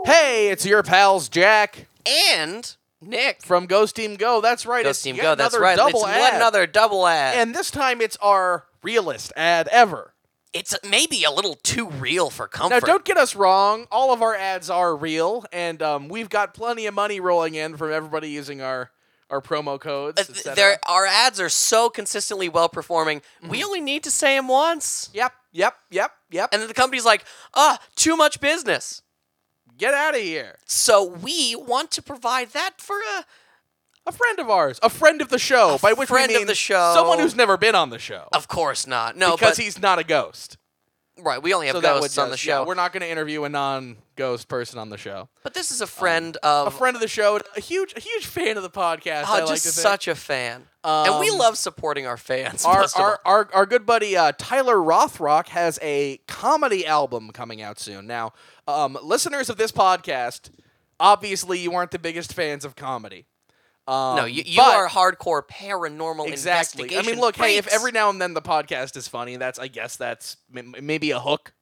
Speaker 1: Hey, it's your pals Jack
Speaker 2: and Nick.
Speaker 1: from Ghost Team Go. That's right.
Speaker 2: Ghost
Speaker 1: it's
Speaker 2: Team
Speaker 1: yet
Speaker 2: Go. That's
Speaker 1: another
Speaker 2: right.
Speaker 1: Double
Speaker 2: it's
Speaker 1: ad.
Speaker 2: another double ad.
Speaker 1: and this time it's our realist ad ever.
Speaker 2: it's maybe a little too real for
Speaker 1: Now,
Speaker 2: comfort.
Speaker 1: don't get us wrong. All of our ads are real, and um, we've got plenty of money rolling in from everybody using our our promo codes.
Speaker 2: Uh,
Speaker 1: et cetera.
Speaker 2: there, our ads are so consistently well performing.
Speaker 1: Mm-hmm.
Speaker 2: We only need to say them once,
Speaker 1: Yep, yep, yep, yep.
Speaker 2: and then the company's like, "Ah, too much business."
Speaker 1: Get out of here.
Speaker 2: So we want to provide that for a
Speaker 1: A friend of ours, a friend of the show, by which
Speaker 2: friend
Speaker 1: we
Speaker 2: of
Speaker 1: mean
Speaker 2: the show.
Speaker 1: someone who's never been on the show,
Speaker 2: Of course not. No,
Speaker 1: because
Speaker 2: but
Speaker 1: he's not a ghost.
Speaker 2: right, we only have
Speaker 1: So that would
Speaker 2: ghosts on the
Speaker 1: just- yeah,
Speaker 2: show.
Speaker 1: we're not going to interview a non-ghost person on the show.
Speaker 2: but this is a friend
Speaker 1: um, A
Speaker 2: of
Speaker 1: friend of the show, a huge, a huge fan of the podcast.
Speaker 2: oh,
Speaker 1: I
Speaker 2: just
Speaker 1: like to think.
Speaker 2: such a fan, and we
Speaker 1: Um,
Speaker 2: love supporting our fans.
Speaker 1: our,
Speaker 2: most of all.
Speaker 1: our, our, our good buddy uh, Tyler Rothrock has a comedy album coming out soon. Now, um, listeners of this podcast, obviously you aren't the biggest fans of comedy. Um,
Speaker 2: no, you, you
Speaker 1: but-
Speaker 2: are hardcore paranormal
Speaker 1: exactly. I
Speaker 2: investigation.
Speaker 1: mean, look, hey, if
Speaker 2: freaks.
Speaker 1: every now and then the podcast is funny, that's I guess that's m- m- maybe a hook.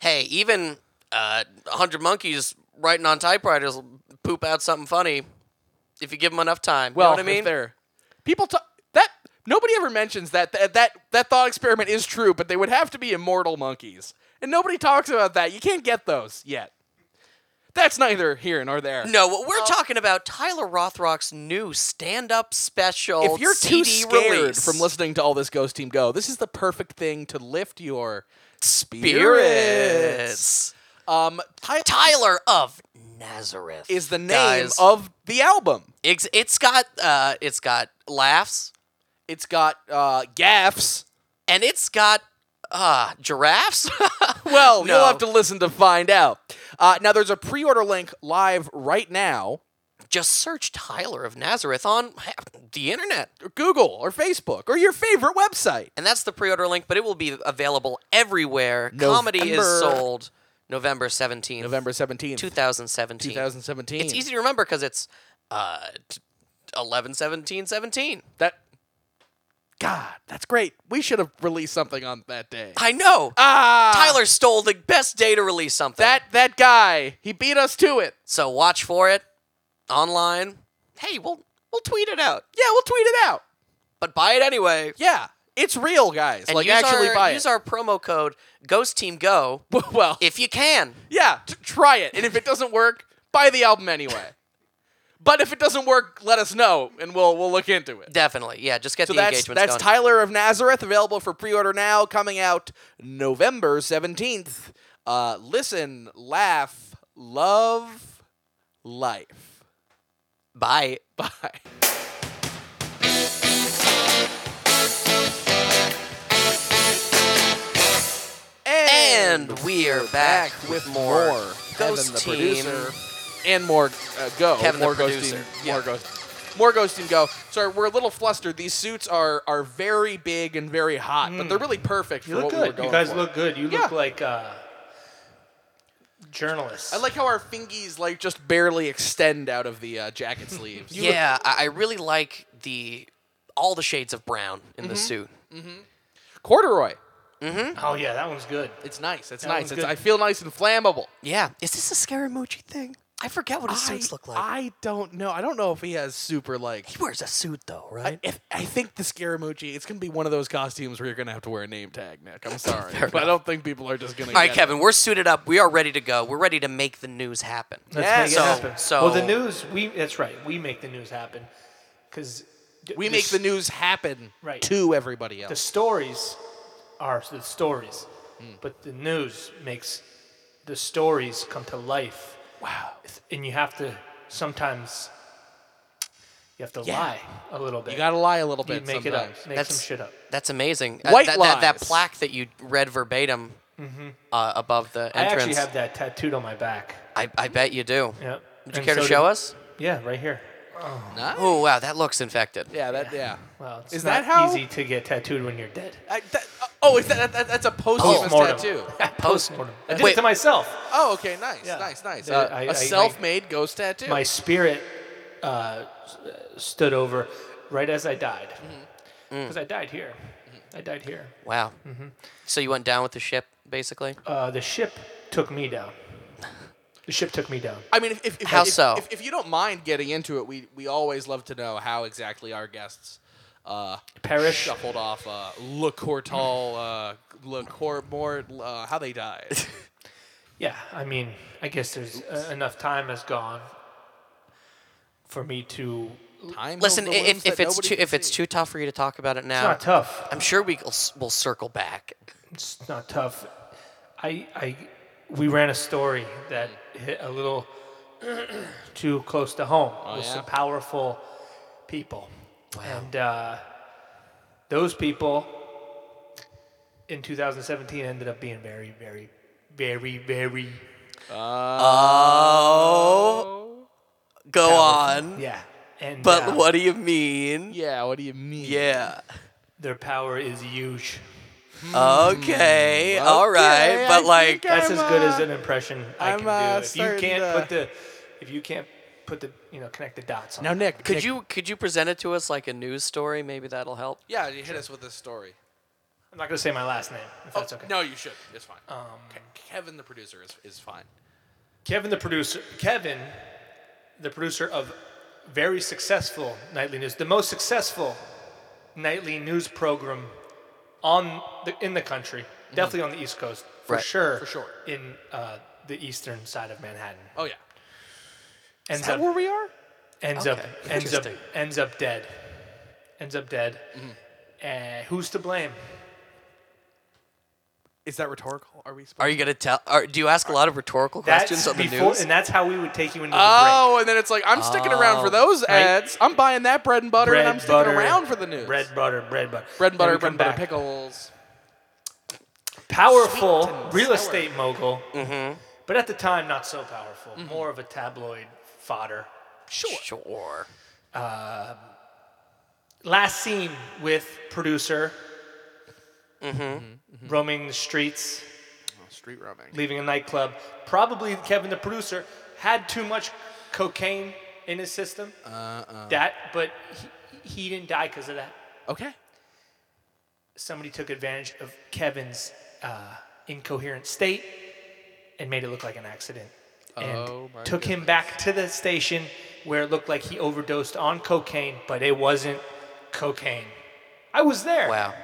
Speaker 2: hey, even uh, hundred monkeys writing on typewriters will poop out something funny if you give them enough time.
Speaker 1: Well,
Speaker 2: you know what I mean?
Speaker 1: there people talk that nobody ever mentions that that that that thought experiment is true, but they would have to be immortal monkeys, and nobody talks about that. You can't get those yet. That's neither here nor there.
Speaker 2: No, what
Speaker 1: Uh,
Speaker 2: we're talking about Tyler Rothrock's new stand-up special.
Speaker 1: if you're
Speaker 2: CD
Speaker 1: too scared
Speaker 2: release.
Speaker 1: from listening to all this Ghost Team Go, this is the perfect thing to lift your spirits.
Speaker 2: Spirits.
Speaker 1: Um, Ty-
Speaker 2: Tyler of Nazareth
Speaker 1: is the name
Speaker 2: Guys,
Speaker 1: of the album.
Speaker 2: It's, it's got uh, it's got laughs
Speaker 1: It's got uh, gaffs.
Speaker 2: and it's got uh, giraffes.
Speaker 1: Well,
Speaker 2: No.
Speaker 1: you'll have to listen to find out. Uh, now, there's a pre-order link live right now.
Speaker 2: Just search Tyler of Nazareth on the internet,
Speaker 1: Or Google or Facebook or your favorite website.
Speaker 2: and that's the pre-order link. But it will be available everywhere. Comedy is
Speaker 1: November-
Speaker 2: sold November seventeenth,
Speaker 1: November 17th,
Speaker 2: two thousand seventeen.
Speaker 1: 2017.
Speaker 2: It's easy to remember because it's uh, t- 11, 17, 17.
Speaker 1: That, God, that's great. We should have released something on that day.
Speaker 2: I know.
Speaker 1: Ah!
Speaker 2: Tyler stole the best day to release something.
Speaker 1: That that guy, he beat us to it.
Speaker 2: So watch for it online. Hey, we'll we'll tweet it out,
Speaker 1: Yeah, we'll tweet it out.
Speaker 2: but buy it anyway.
Speaker 1: Yeah, it's real, guys.
Speaker 2: And
Speaker 1: like
Speaker 2: use
Speaker 1: actually
Speaker 2: our,
Speaker 1: buy
Speaker 2: use
Speaker 1: it.
Speaker 2: our promo code Ghost Team Go
Speaker 1: well,
Speaker 2: if you can.
Speaker 1: yeah, t- try it, and if it doesn't work, buy the album anyway. but if it doesn't work, let us know, and we'll we'll look into it.
Speaker 2: Definitely, yeah. Just get
Speaker 1: So
Speaker 2: the
Speaker 1: that's
Speaker 2: engagements
Speaker 1: that's
Speaker 2: going.
Speaker 1: Tyler of Nazareth available for pre-order now, coming out November seventeenth. Uh, listen, laugh, love, life.
Speaker 2: Bye.
Speaker 1: Bye.
Speaker 2: And we're back with more
Speaker 1: Kevin
Speaker 2: Ghost
Speaker 1: the
Speaker 2: Team.
Speaker 1: producer and more uh, go
Speaker 2: Kevin the
Speaker 1: more ghost
Speaker 2: producer.
Speaker 1: team
Speaker 2: Yeah.
Speaker 1: more ghost more ghost team go. Sorry, we're a little flustered. These suits are are very big and very hot, but they're really perfect
Speaker 3: Hmm. You
Speaker 1: for
Speaker 3: look
Speaker 1: what we were
Speaker 3: good.
Speaker 1: going
Speaker 3: You guys
Speaker 1: for.
Speaker 3: look good. You
Speaker 1: Yeah.
Speaker 3: look like uh, journalists.
Speaker 1: I like how our fingies like just barely extend out of the uh, jacket sleeves.
Speaker 2: yeah, I, I really like the all the shades of brown in the suit.
Speaker 1: Corduroy.
Speaker 3: Oh yeah, that one's good.
Speaker 1: It's nice. It's
Speaker 3: That
Speaker 1: nice.
Speaker 3: one's
Speaker 1: It's,
Speaker 3: good.
Speaker 1: I feel nice and flammable.
Speaker 2: Yeah, is this a Scaramucci thing? I forget what his suits look like.
Speaker 1: I don't know. I don't know if he has super like.
Speaker 2: he wears a suit though,
Speaker 1: I,
Speaker 2: right?
Speaker 1: if, I think the Scaramucci, it's gonna be one of those costumes where you're gonna have to wear a name tag, Nick. I'm sorry,
Speaker 2: Fair
Speaker 1: but I don't think people are just gonna.
Speaker 2: all right,
Speaker 1: get
Speaker 2: Kevin, we're suited up. We are ready to go. We're ready to make the news happen.
Speaker 3: Let's
Speaker 1: Yeah,
Speaker 3: make
Speaker 1: so-
Speaker 3: it happen.
Speaker 2: so-
Speaker 3: well, the news. We that's right. We make the news happen because
Speaker 1: It. We make the news happen
Speaker 3: Right.
Speaker 1: to everybody
Speaker 3: The
Speaker 1: else.
Speaker 3: stories are the stories, but the news makes the stories come to life wow. And you have to sometimes you have to
Speaker 2: Yeah.
Speaker 3: lie a little bit.
Speaker 1: You gotta lie a little
Speaker 3: You
Speaker 1: bit.
Speaker 3: make it
Speaker 1: sometimes.
Speaker 3: up. Make
Speaker 2: That's-
Speaker 3: some shit up.
Speaker 2: That's amazing. Uh,
Speaker 1: White
Speaker 2: that, that, that
Speaker 1: lies.
Speaker 2: plaque that you read verbatim uh, above the
Speaker 3: Mm-hmm. I actually
Speaker 2: entrance.
Speaker 3: have that tattooed on my back.
Speaker 2: I, I bet you do.
Speaker 3: Yeah.
Speaker 2: Would you care to show us?
Speaker 3: Yeah, right here.
Speaker 1: Nice.
Speaker 2: Oh wow, that looks infected.
Speaker 1: Yeah, that yeah.
Speaker 3: Wow, it's
Speaker 1: Is
Speaker 3: not
Speaker 1: that how-
Speaker 3: easy to get tattooed when you're dead.
Speaker 1: I, that, oh, is that, that that's a posthumous
Speaker 3: Postmortem.
Speaker 1: tattoo?
Speaker 3: Postmortem. I did
Speaker 2: Wait.
Speaker 3: it to myself.
Speaker 1: Oh, okay, nice,
Speaker 3: Yeah.
Speaker 1: nice, nice.
Speaker 3: There-
Speaker 1: Uh,
Speaker 3: I-
Speaker 1: a
Speaker 3: I-
Speaker 1: self-made ghost tattoo.
Speaker 3: my spirit uh, s- uh, stood over right as I died. Because I died here. I died here.
Speaker 2: Wow.
Speaker 3: Mm-hmm.
Speaker 2: So you went down with the ship, basically.
Speaker 3: Uh, the ship took me down. The ship took me down.
Speaker 1: I mean, if, if, if,
Speaker 2: How
Speaker 1: if,
Speaker 2: so?
Speaker 1: If, if you don't mind getting into it, we we always love to know how exactly our guests uh,
Speaker 3: Perish.
Speaker 1: shuffled off uh, Le Cortal, uh, Le Cormore, uh, how they died.
Speaker 3: Yeah, I mean, I guess there's uh, enough time has gone for me to.
Speaker 1: Time heals
Speaker 2: Listen,
Speaker 1: the
Speaker 2: i-
Speaker 1: wounds
Speaker 2: if,
Speaker 1: that
Speaker 2: if it's
Speaker 1: nobody
Speaker 2: too
Speaker 1: can
Speaker 2: if it's
Speaker 1: see.
Speaker 2: too tough for you to talk about it
Speaker 3: It's
Speaker 2: now,
Speaker 3: not tough.
Speaker 2: I'm sure we'll s- we'll circle back.
Speaker 3: It's not tough. I, I, we ran a story that hit a little too close to home with
Speaker 1: Oh, yeah?
Speaker 3: some powerful people, and uh, those people in 2017 ended up being very, very, very, very.
Speaker 2: Oh, go on.
Speaker 3: Yeah. And
Speaker 2: But
Speaker 3: uh,
Speaker 2: what do you mean?
Speaker 1: yeah, what do you mean?
Speaker 2: Yeah.
Speaker 3: Their power is huge. Hmm.
Speaker 2: Okay. All right.
Speaker 1: okay, I
Speaker 2: But
Speaker 1: think
Speaker 2: like,
Speaker 1: I-
Speaker 3: That's
Speaker 1: I'm,
Speaker 3: as good as
Speaker 1: uh,
Speaker 3: an impression I
Speaker 1: I'm,
Speaker 3: can
Speaker 1: uh,
Speaker 3: do. If you
Speaker 1: starting
Speaker 3: can't
Speaker 1: to-
Speaker 3: put the, if you can't put the, you know, connect the dots. On
Speaker 1: Now,
Speaker 3: it.
Speaker 1: Nick,
Speaker 2: could
Speaker 1: Nick-
Speaker 2: you could you present it to us like a news story? Maybe that'll help.
Speaker 1: Yeah, you hit us with this story.
Speaker 3: I'm not gonna say my last name if that's okay.
Speaker 1: Oh, No, you should. It's fine. Ke- Kevin, the producer, is, is fine.
Speaker 3: Kevin, the producer, Kevin, the producer of very successful nightly news, the most successful nightly news program on the, in the country, definitely on the East Coast for
Speaker 2: Right,
Speaker 3: sure,
Speaker 1: Mm-hmm. for sure.
Speaker 3: in uh, the eastern side of Manhattan.
Speaker 1: Oh yeah.
Speaker 3: Ends
Speaker 1: Is that
Speaker 3: up-
Speaker 1: where we are?
Speaker 3: ends up
Speaker 2: Okay,
Speaker 3: ends up
Speaker 2: interesting.
Speaker 3: ends up dead ends up dead
Speaker 1: Mm-hmm.
Speaker 3: Uh, who's to blame
Speaker 1: Is that rhetorical? Are we? Supposed
Speaker 2: Are you gonna tell? Are, do you ask a lot of rhetorical questions on the
Speaker 3: before
Speaker 2: news?
Speaker 3: and that's how we would take you into the
Speaker 1: Oh, and then it's like I'm sticking around for
Speaker 2: Oh.
Speaker 1: those
Speaker 3: Right.
Speaker 1: ads. I'm buying that bread and butter,
Speaker 3: break
Speaker 1: and I'm sticking
Speaker 3: butter,
Speaker 1: around for the news.
Speaker 3: bread butter bread butter
Speaker 1: bread and butter,
Speaker 3: Then we
Speaker 1: bread and butter
Speaker 3: come back.
Speaker 1: pickles.
Speaker 3: powerful
Speaker 1: Sweet and
Speaker 3: real
Speaker 1: sour.
Speaker 3: estate mogul but at the time not so powerful more of a tabloid fodder
Speaker 2: sure. Sure.
Speaker 3: last seen with producer roaming the streets
Speaker 1: Oh, street roaming.
Speaker 3: leaving a nightclub. Probably Kevin, the producer, had too much cocaine in his system.
Speaker 1: Uh-uh.
Speaker 3: That, but he, he didn't die because of that.
Speaker 1: Okay.
Speaker 3: Somebody took advantage of Kevin's uh, incoherent state and made it look like an accident, and
Speaker 1: Oh, my
Speaker 3: took him back to the station where it looked like he overdosed on cocaine, but it wasn't cocaine. I was there.
Speaker 2: Wow.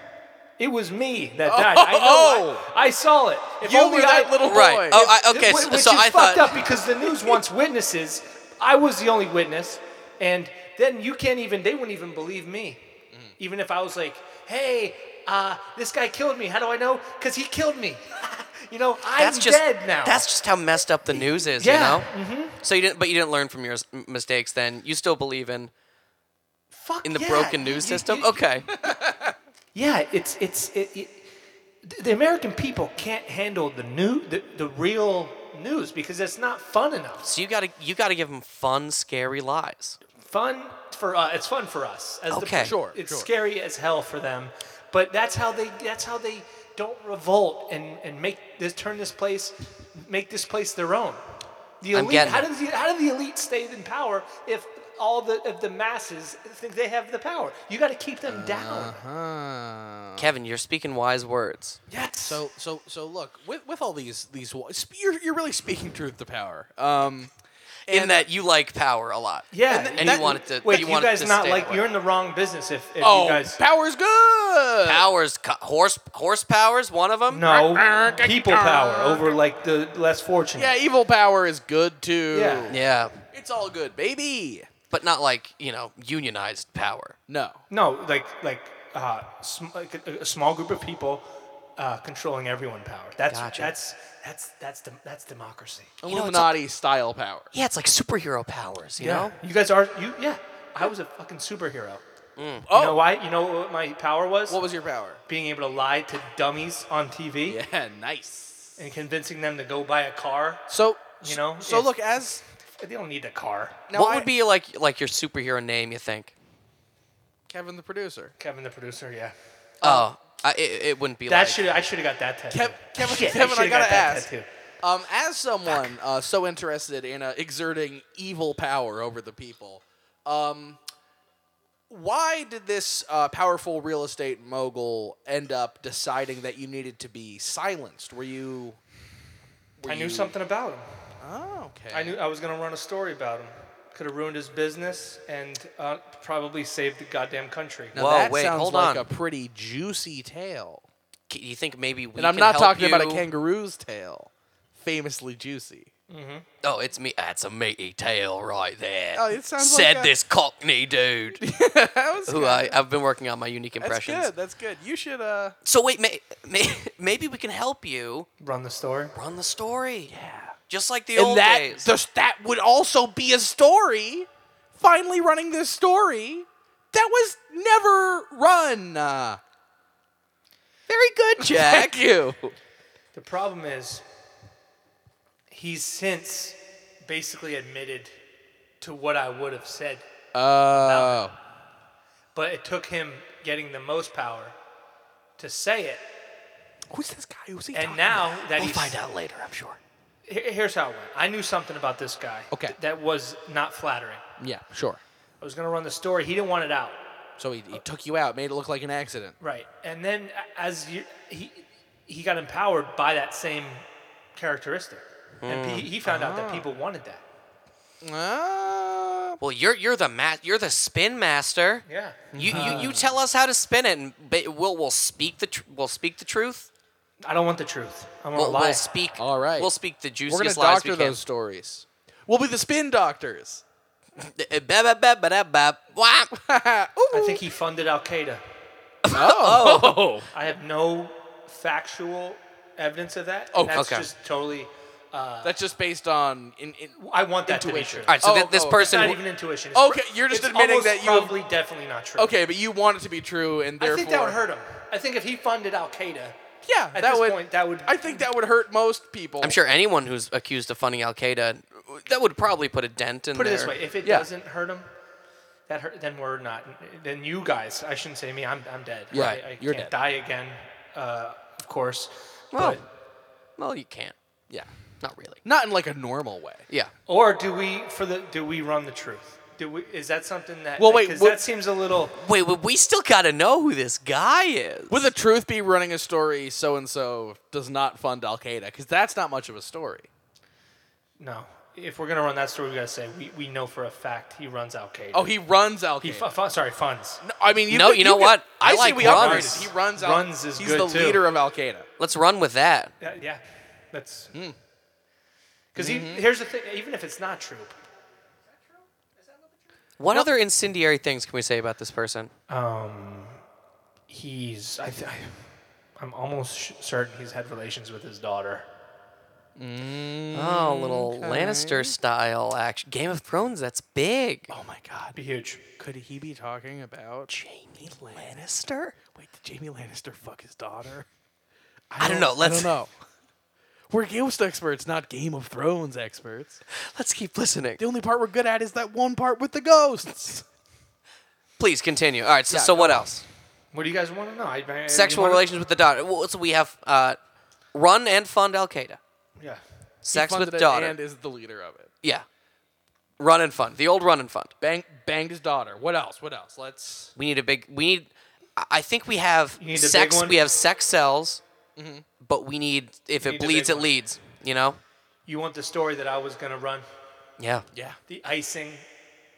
Speaker 3: It was me that died. I know.
Speaker 1: Oh.
Speaker 3: I, I saw it. If
Speaker 1: You
Speaker 3: only
Speaker 1: were
Speaker 3: I,
Speaker 1: that little boy.
Speaker 2: Right. Oh, I, okay.
Speaker 3: Wh-
Speaker 2: so,
Speaker 3: which
Speaker 2: so
Speaker 3: is
Speaker 2: I
Speaker 3: fucked
Speaker 2: thought.
Speaker 3: up because the news wants witnesses. I was the only witness, and then you can't even. They wouldn't even believe me,
Speaker 2: Mm.
Speaker 3: even if I was like, "Hey, uh, this guy killed me. How do I know? Because he killed me. you know, I'm
Speaker 2: That's just
Speaker 3: dead now.
Speaker 2: that's just how messed up the news is,
Speaker 3: Yeah, mm-hmm.
Speaker 2: you know. So you didn't, but you didn't learn from your s- m- mistakes. Then you still believe in
Speaker 3: Fuck
Speaker 2: in the
Speaker 3: yeah.
Speaker 2: broken
Speaker 3: You-
Speaker 2: news
Speaker 3: you-
Speaker 2: system.
Speaker 3: you-
Speaker 2: okay,
Speaker 3: Yeah, it's it's it, it, th- the American people can't handle the new the, the real news because it's not fun enough.
Speaker 2: so you gotta you gotta give them fun, scary lies.
Speaker 3: fun for uh, it's fun for us as
Speaker 2: Okay.
Speaker 3: the,
Speaker 1: Sure,
Speaker 3: it's
Speaker 1: sure.
Speaker 3: scary as hell for them but that's how they that's how they don't revolt and and make this turn this place make this place their own the
Speaker 2: I'm
Speaker 3: elite
Speaker 2: getting
Speaker 3: how
Speaker 2: it.
Speaker 3: does the how do the elite stay in power if all the if the masses think they have the power you got to keep them down
Speaker 2: Uh-huh.
Speaker 1: Huh.
Speaker 2: Kevin, you're speaking wise words.
Speaker 3: yes
Speaker 1: So so so look with with all these these wa- sp- you're you're really speaking truth to power. Um,
Speaker 2: In
Speaker 1: And-
Speaker 2: that you like power a lot.
Speaker 3: yeah
Speaker 1: and-
Speaker 2: and
Speaker 1: that-
Speaker 2: you want it to.
Speaker 3: wait
Speaker 2: you,
Speaker 3: you,
Speaker 2: want it
Speaker 3: guys
Speaker 2: to
Speaker 3: not
Speaker 2: stay
Speaker 3: like
Speaker 2: that way.
Speaker 3: you're in the wrong business if, if
Speaker 1: oh,
Speaker 3: you guys
Speaker 1: power's good.
Speaker 2: powers. co- Horse horse powers. One of them.
Speaker 3: no people power over like the less fortunate
Speaker 1: Yeah, evil power is good too.
Speaker 3: Yeah.
Speaker 2: Yeah,
Speaker 1: It's all good, baby.
Speaker 2: but not like you know unionized power.
Speaker 1: No.
Speaker 3: No, like like uh, sm- like a, a small group of people uh, controlling everyone power. That's
Speaker 2: Gotcha.
Speaker 3: that's that's that's dem- that's democracy.
Speaker 2: You know, it's
Speaker 1: Illuminati style power.
Speaker 2: Yeah, it's like superhero powers, you know?
Speaker 3: you guys are you. Yeah, I was a fucking superhero. You know why? You know Oh! what my power was?
Speaker 1: What was your power?
Speaker 3: Being able to lie to dummies on TV
Speaker 1: Yeah, nice.
Speaker 3: and convincing them to go buy a car.
Speaker 1: So
Speaker 3: You know,
Speaker 1: So
Speaker 3: if-
Speaker 1: look as
Speaker 3: They don't need a car.
Speaker 1: now
Speaker 2: what
Speaker 1: I-
Speaker 2: would be like like your superhero name, you think?
Speaker 1: Kevin the producer?
Speaker 3: Kevin the producer, yeah.
Speaker 1: Uh,
Speaker 2: Oh, I, it, it wouldn't be
Speaker 3: That
Speaker 2: like
Speaker 3: should I should have got that tattoo.
Speaker 1: Kev- Kevin,
Speaker 3: Shit,
Speaker 1: Kevin, I
Speaker 3: should've got
Speaker 1: gotta
Speaker 3: that
Speaker 1: ask.
Speaker 3: tattoo.
Speaker 1: Um, as someone uh, so interested in uh, exerting evil power over the people, um, why did this uh, powerful real estate mogul end up deciding that you needed to be silenced? Were you? were
Speaker 3: I knew
Speaker 1: you-
Speaker 3: something about him.
Speaker 1: Oh, okay.
Speaker 3: I knew I was gonna run a story about him. Could have ruined his business and uh, probably saved the goddamn country.
Speaker 1: Now
Speaker 2: Whoa,
Speaker 1: that
Speaker 2: wait,
Speaker 1: sounds
Speaker 2: hold
Speaker 1: like
Speaker 2: on.
Speaker 1: a pretty juicy tale,
Speaker 2: K- you think maybe we
Speaker 1: and I'm
Speaker 2: can
Speaker 1: not
Speaker 2: help
Speaker 1: talking about a
Speaker 2: you?
Speaker 1: kangaroo's tail, famously juicy.
Speaker 2: Oh, it's me. That's a meaty tail right there.
Speaker 1: Oh, it sounds
Speaker 2: Said
Speaker 1: like a-
Speaker 2: this cockney dude
Speaker 1: that was
Speaker 2: who
Speaker 1: good.
Speaker 2: I, I've been working on my unique
Speaker 1: That's
Speaker 2: impressions.
Speaker 1: good. That's good. You should. Uh,
Speaker 2: So wait, may, may, maybe we can help you
Speaker 3: Run the story.
Speaker 2: run the story. Yeah. Just like the
Speaker 1: and
Speaker 2: old
Speaker 1: that
Speaker 2: days.
Speaker 1: the, that would also be a story. Finally, running this story that was never run. Uh,
Speaker 2: Very good, Jack.
Speaker 1: Thank you.
Speaker 3: The problem is, he's since basically admitted to what I would have said,
Speaker 1: Oh,
Speaker 3: but it took him getting the most power to say it.
Speaker 1: who's this guy? Who's he?
Speaker 3: And
Speaker 1: talking
Speaker 3: now
Speaker 1: about?
Speaker 3: that
Speaker 2: we'll
Speaker 3: he's
Speaker 2: find out later, I'm sure.
Speaker 3: Here- here's how it went. I knew something about this guy.
Speaker 1: Okay.
Speaker 3: th- that was not flattering.
Speaker 1: yeah, sure.
Speaker 3: I was gonna run the story. He didn't want it out.
Speaker 1: So he, he took you out, made it look like an accident.
Speaker 3: Right. And then a- as you, he he got empowered by that same characteristic, and
Speaker 1: Hmm.
Speaker 3: he, he found out
Speaker 1: Ah.
Speaker 3: that people wanted that.
Speaker 1: Uh,
Speaker 2: Well, you're you're the ma- you're the spin master.
Speaker 3: Yeah.
Speaker 2: You, you you tell us how to spin it, and ba- we'll we'll speak the tr- we'll speak the truth.
Speaker 3: I don't want the truth. I want
Speaker 2: We'll,
Speaker 3: to lie.
Speaker 2: we'll speak.
Speaker 1: All right.
Speaker 2: We'll speak the
Speaker 1: we're gonna
Speaker 2: juiciest lies
Speaker 1: doctor
Speaker 2: we can.
Speaker 1: those stories. We'll be the spin doctors.
Speaker 2: Uh, ba- ba- ba- ba- da- ba- wah.
Speaker 3: I think he funded Al Qaeda.
Speaker 1: Oh,
Speaker 3: I have no factual evidence of that.
Speaker 1: Oh,
Speaker 3: and that's
Speaker 2: okay.
Speaker 3: just totally.
Speaker 1: that's just just based on. In, in,
Speaker 3: I want that
Speaker 1: Intuition.
Speaker 3: to be
Speaker 2: All
Speaker 3: true.
Speaker 2: right. So
Speaker 1: Oh,
Speaker 2: thi- this
Speaker 1: oh,
Speaker 3: It's
Speaker 2: person.
Speaker 3: not
Speaker 2: who-
Speaker 3: even intuition. It's
Speaker 1: okay, you're just
Speaker 3: it's
Speaker 1: admitting
Speaker 3: almost
Speaker 1: that you.
Speaker 3: probably definitely not true.
Speaker 1: okay, but you want it to be true, and
Speaker 3: I
Speaker 1: therefore.
Speaker 3: think that would hurt him. I think if he funded Al Qaeda,
Speaker 1: Yeah, that
Speaker 3: At this
Speaker 1: would.
Speaker 3: point, that would-
Speaker 1: I think that would hurt most people.
Speaker 2: I'm sure anyone who's accused of funding Al Qaeda, that would probably put a dent in
Speaker 3: put it
Speaker 2: their-
Speaker 3: this way: if it
Speaker 1: Yeah.
Speaker 3: doesn't hurt him, that hurt, then we're not. Then you guys, I shouldn't say me. I'm, I'm dead.
Speaker 1: Yeah,
Speaker 3: I- I,
Speaker 1: you're
Speaker 3: can't
Speaker 1: dead.
Speaker 3: die again. Uh, of course.
Speaker 2: Well,
Speaker 3: but-
Speaker 2: well, you can't.
Speaker 1: Yeah.
Speaker 2: Not really.
Speaker 1: Not in like a normal way.
Speaker 2: Yeah.
Speaker 3: or do we for the do we run the truth? Do we? Is that something that?
Speaker 1: Well, wait,
Speaker 3: 'cause
Speaker 1: what-
Speaker 3: that seems a little.
Speaker 2: Wait, but we still gotta know who this guy is.
Speaker 1: Would the truth be running a story so and so does not fund Al Qaeda? Because that's not much of a story.
Speaker 3: No. If we're gonna run that story, we gotta say we, we know for a fact he runs Al Qaeda.
Speaker 1: Oh, he runs Al
Speaker 3: he
Speaker 1: Qaeda.
Speaker 3: fu- fu- sorry funds.
Speaker 1: No, I mean, you
Speaker 2: No,
Speaker 1: could-
Speaker 2: you know
Speaker 1: could-
Speaker 2: what?
Speaker 1: I,
Speaker 2: I
Speaker 1: say
Speaker 2: like
Speaker 1: we
Speaker 2: runs.
Speaker 1: upgraded. He runs. Al-
Speaker 3: Runs is
Speaker 1: He's
Speaker 3: good,
Speaker 1: the
Speaker 3: too. Oh
Speaker 1: leader of Al Qaeda.
Speaker 2: Let's run with that.
Speaker 3: Yeah, yeah. that's
Speaker 1: Hmm.
Speaker 3: because
Speaker 1: Mm-hmm.
Speaker 3: here's the thing. Even if it's not true,
Speaker 2: What other incendiary things can we say about this person?
Speaker 3: he's I th- I'm almost sh- certain he's had relations with his daughter.
Speaker 2: Oh, little Lannister style action. Game of Thrones, that's big.
Speaker 1: Oh my God!
Speaker 3: Be huge.
Speaker 1: Could he be talking about Jamie
Speaker 2: Lannister?
Speaker 1: Wait, did Jamie Lannister fuck his daughter?
Speaker 2: I don't know. Let's
Speaker 1: I don't know. We're ghost experts, not Game of Thrones experts.
Speaker 2: let's keep listening.
Speaker 1: The only part we're good at is that one part with the ghosts.
Speaker 2: Please continue. All right. So,
Speaker 1: Yeah,
Speaker 2: so
Speaker 1: go
Speaker 2: what else?
Speaker 3: What do you guys want to know? I, I- you
Speaker 2: Sexual
Speaker 3: wanna-
Speaker 2: relations with the daughter. Well, so we have uh, run and fund Al Qaeda.
Speaker 3: Yeah.
Speaker 2: Sex
Speaker 1: funded
Speaker 2: with
Speaker 1: it
Speaker 2: daughter.
Speaker 1: and is the leader of it.
Speaker 2: yeah. Run and fund. The old run and fund.
Speaker 1: Bang, banged his daughter. What else? What else? Let's.
Speaker 2: We need a big. We need. I- I think we have
Speaker 3: need a big
Speaker 2: sex.
Speaker 3: one?
Speaker 2: We have sex cells, but we need. If it
Speaker 3: need a
Speaker 2: bleeds,
Speaker 3: big
Speaker 2: it
Speaker 3: one.
Speaker 2: leads. You know.
Speaker 3: You want the story that I was gonna run?
Speaker 2: Yeah.
Speaker 1: Yeah.
Speaker 3: The icing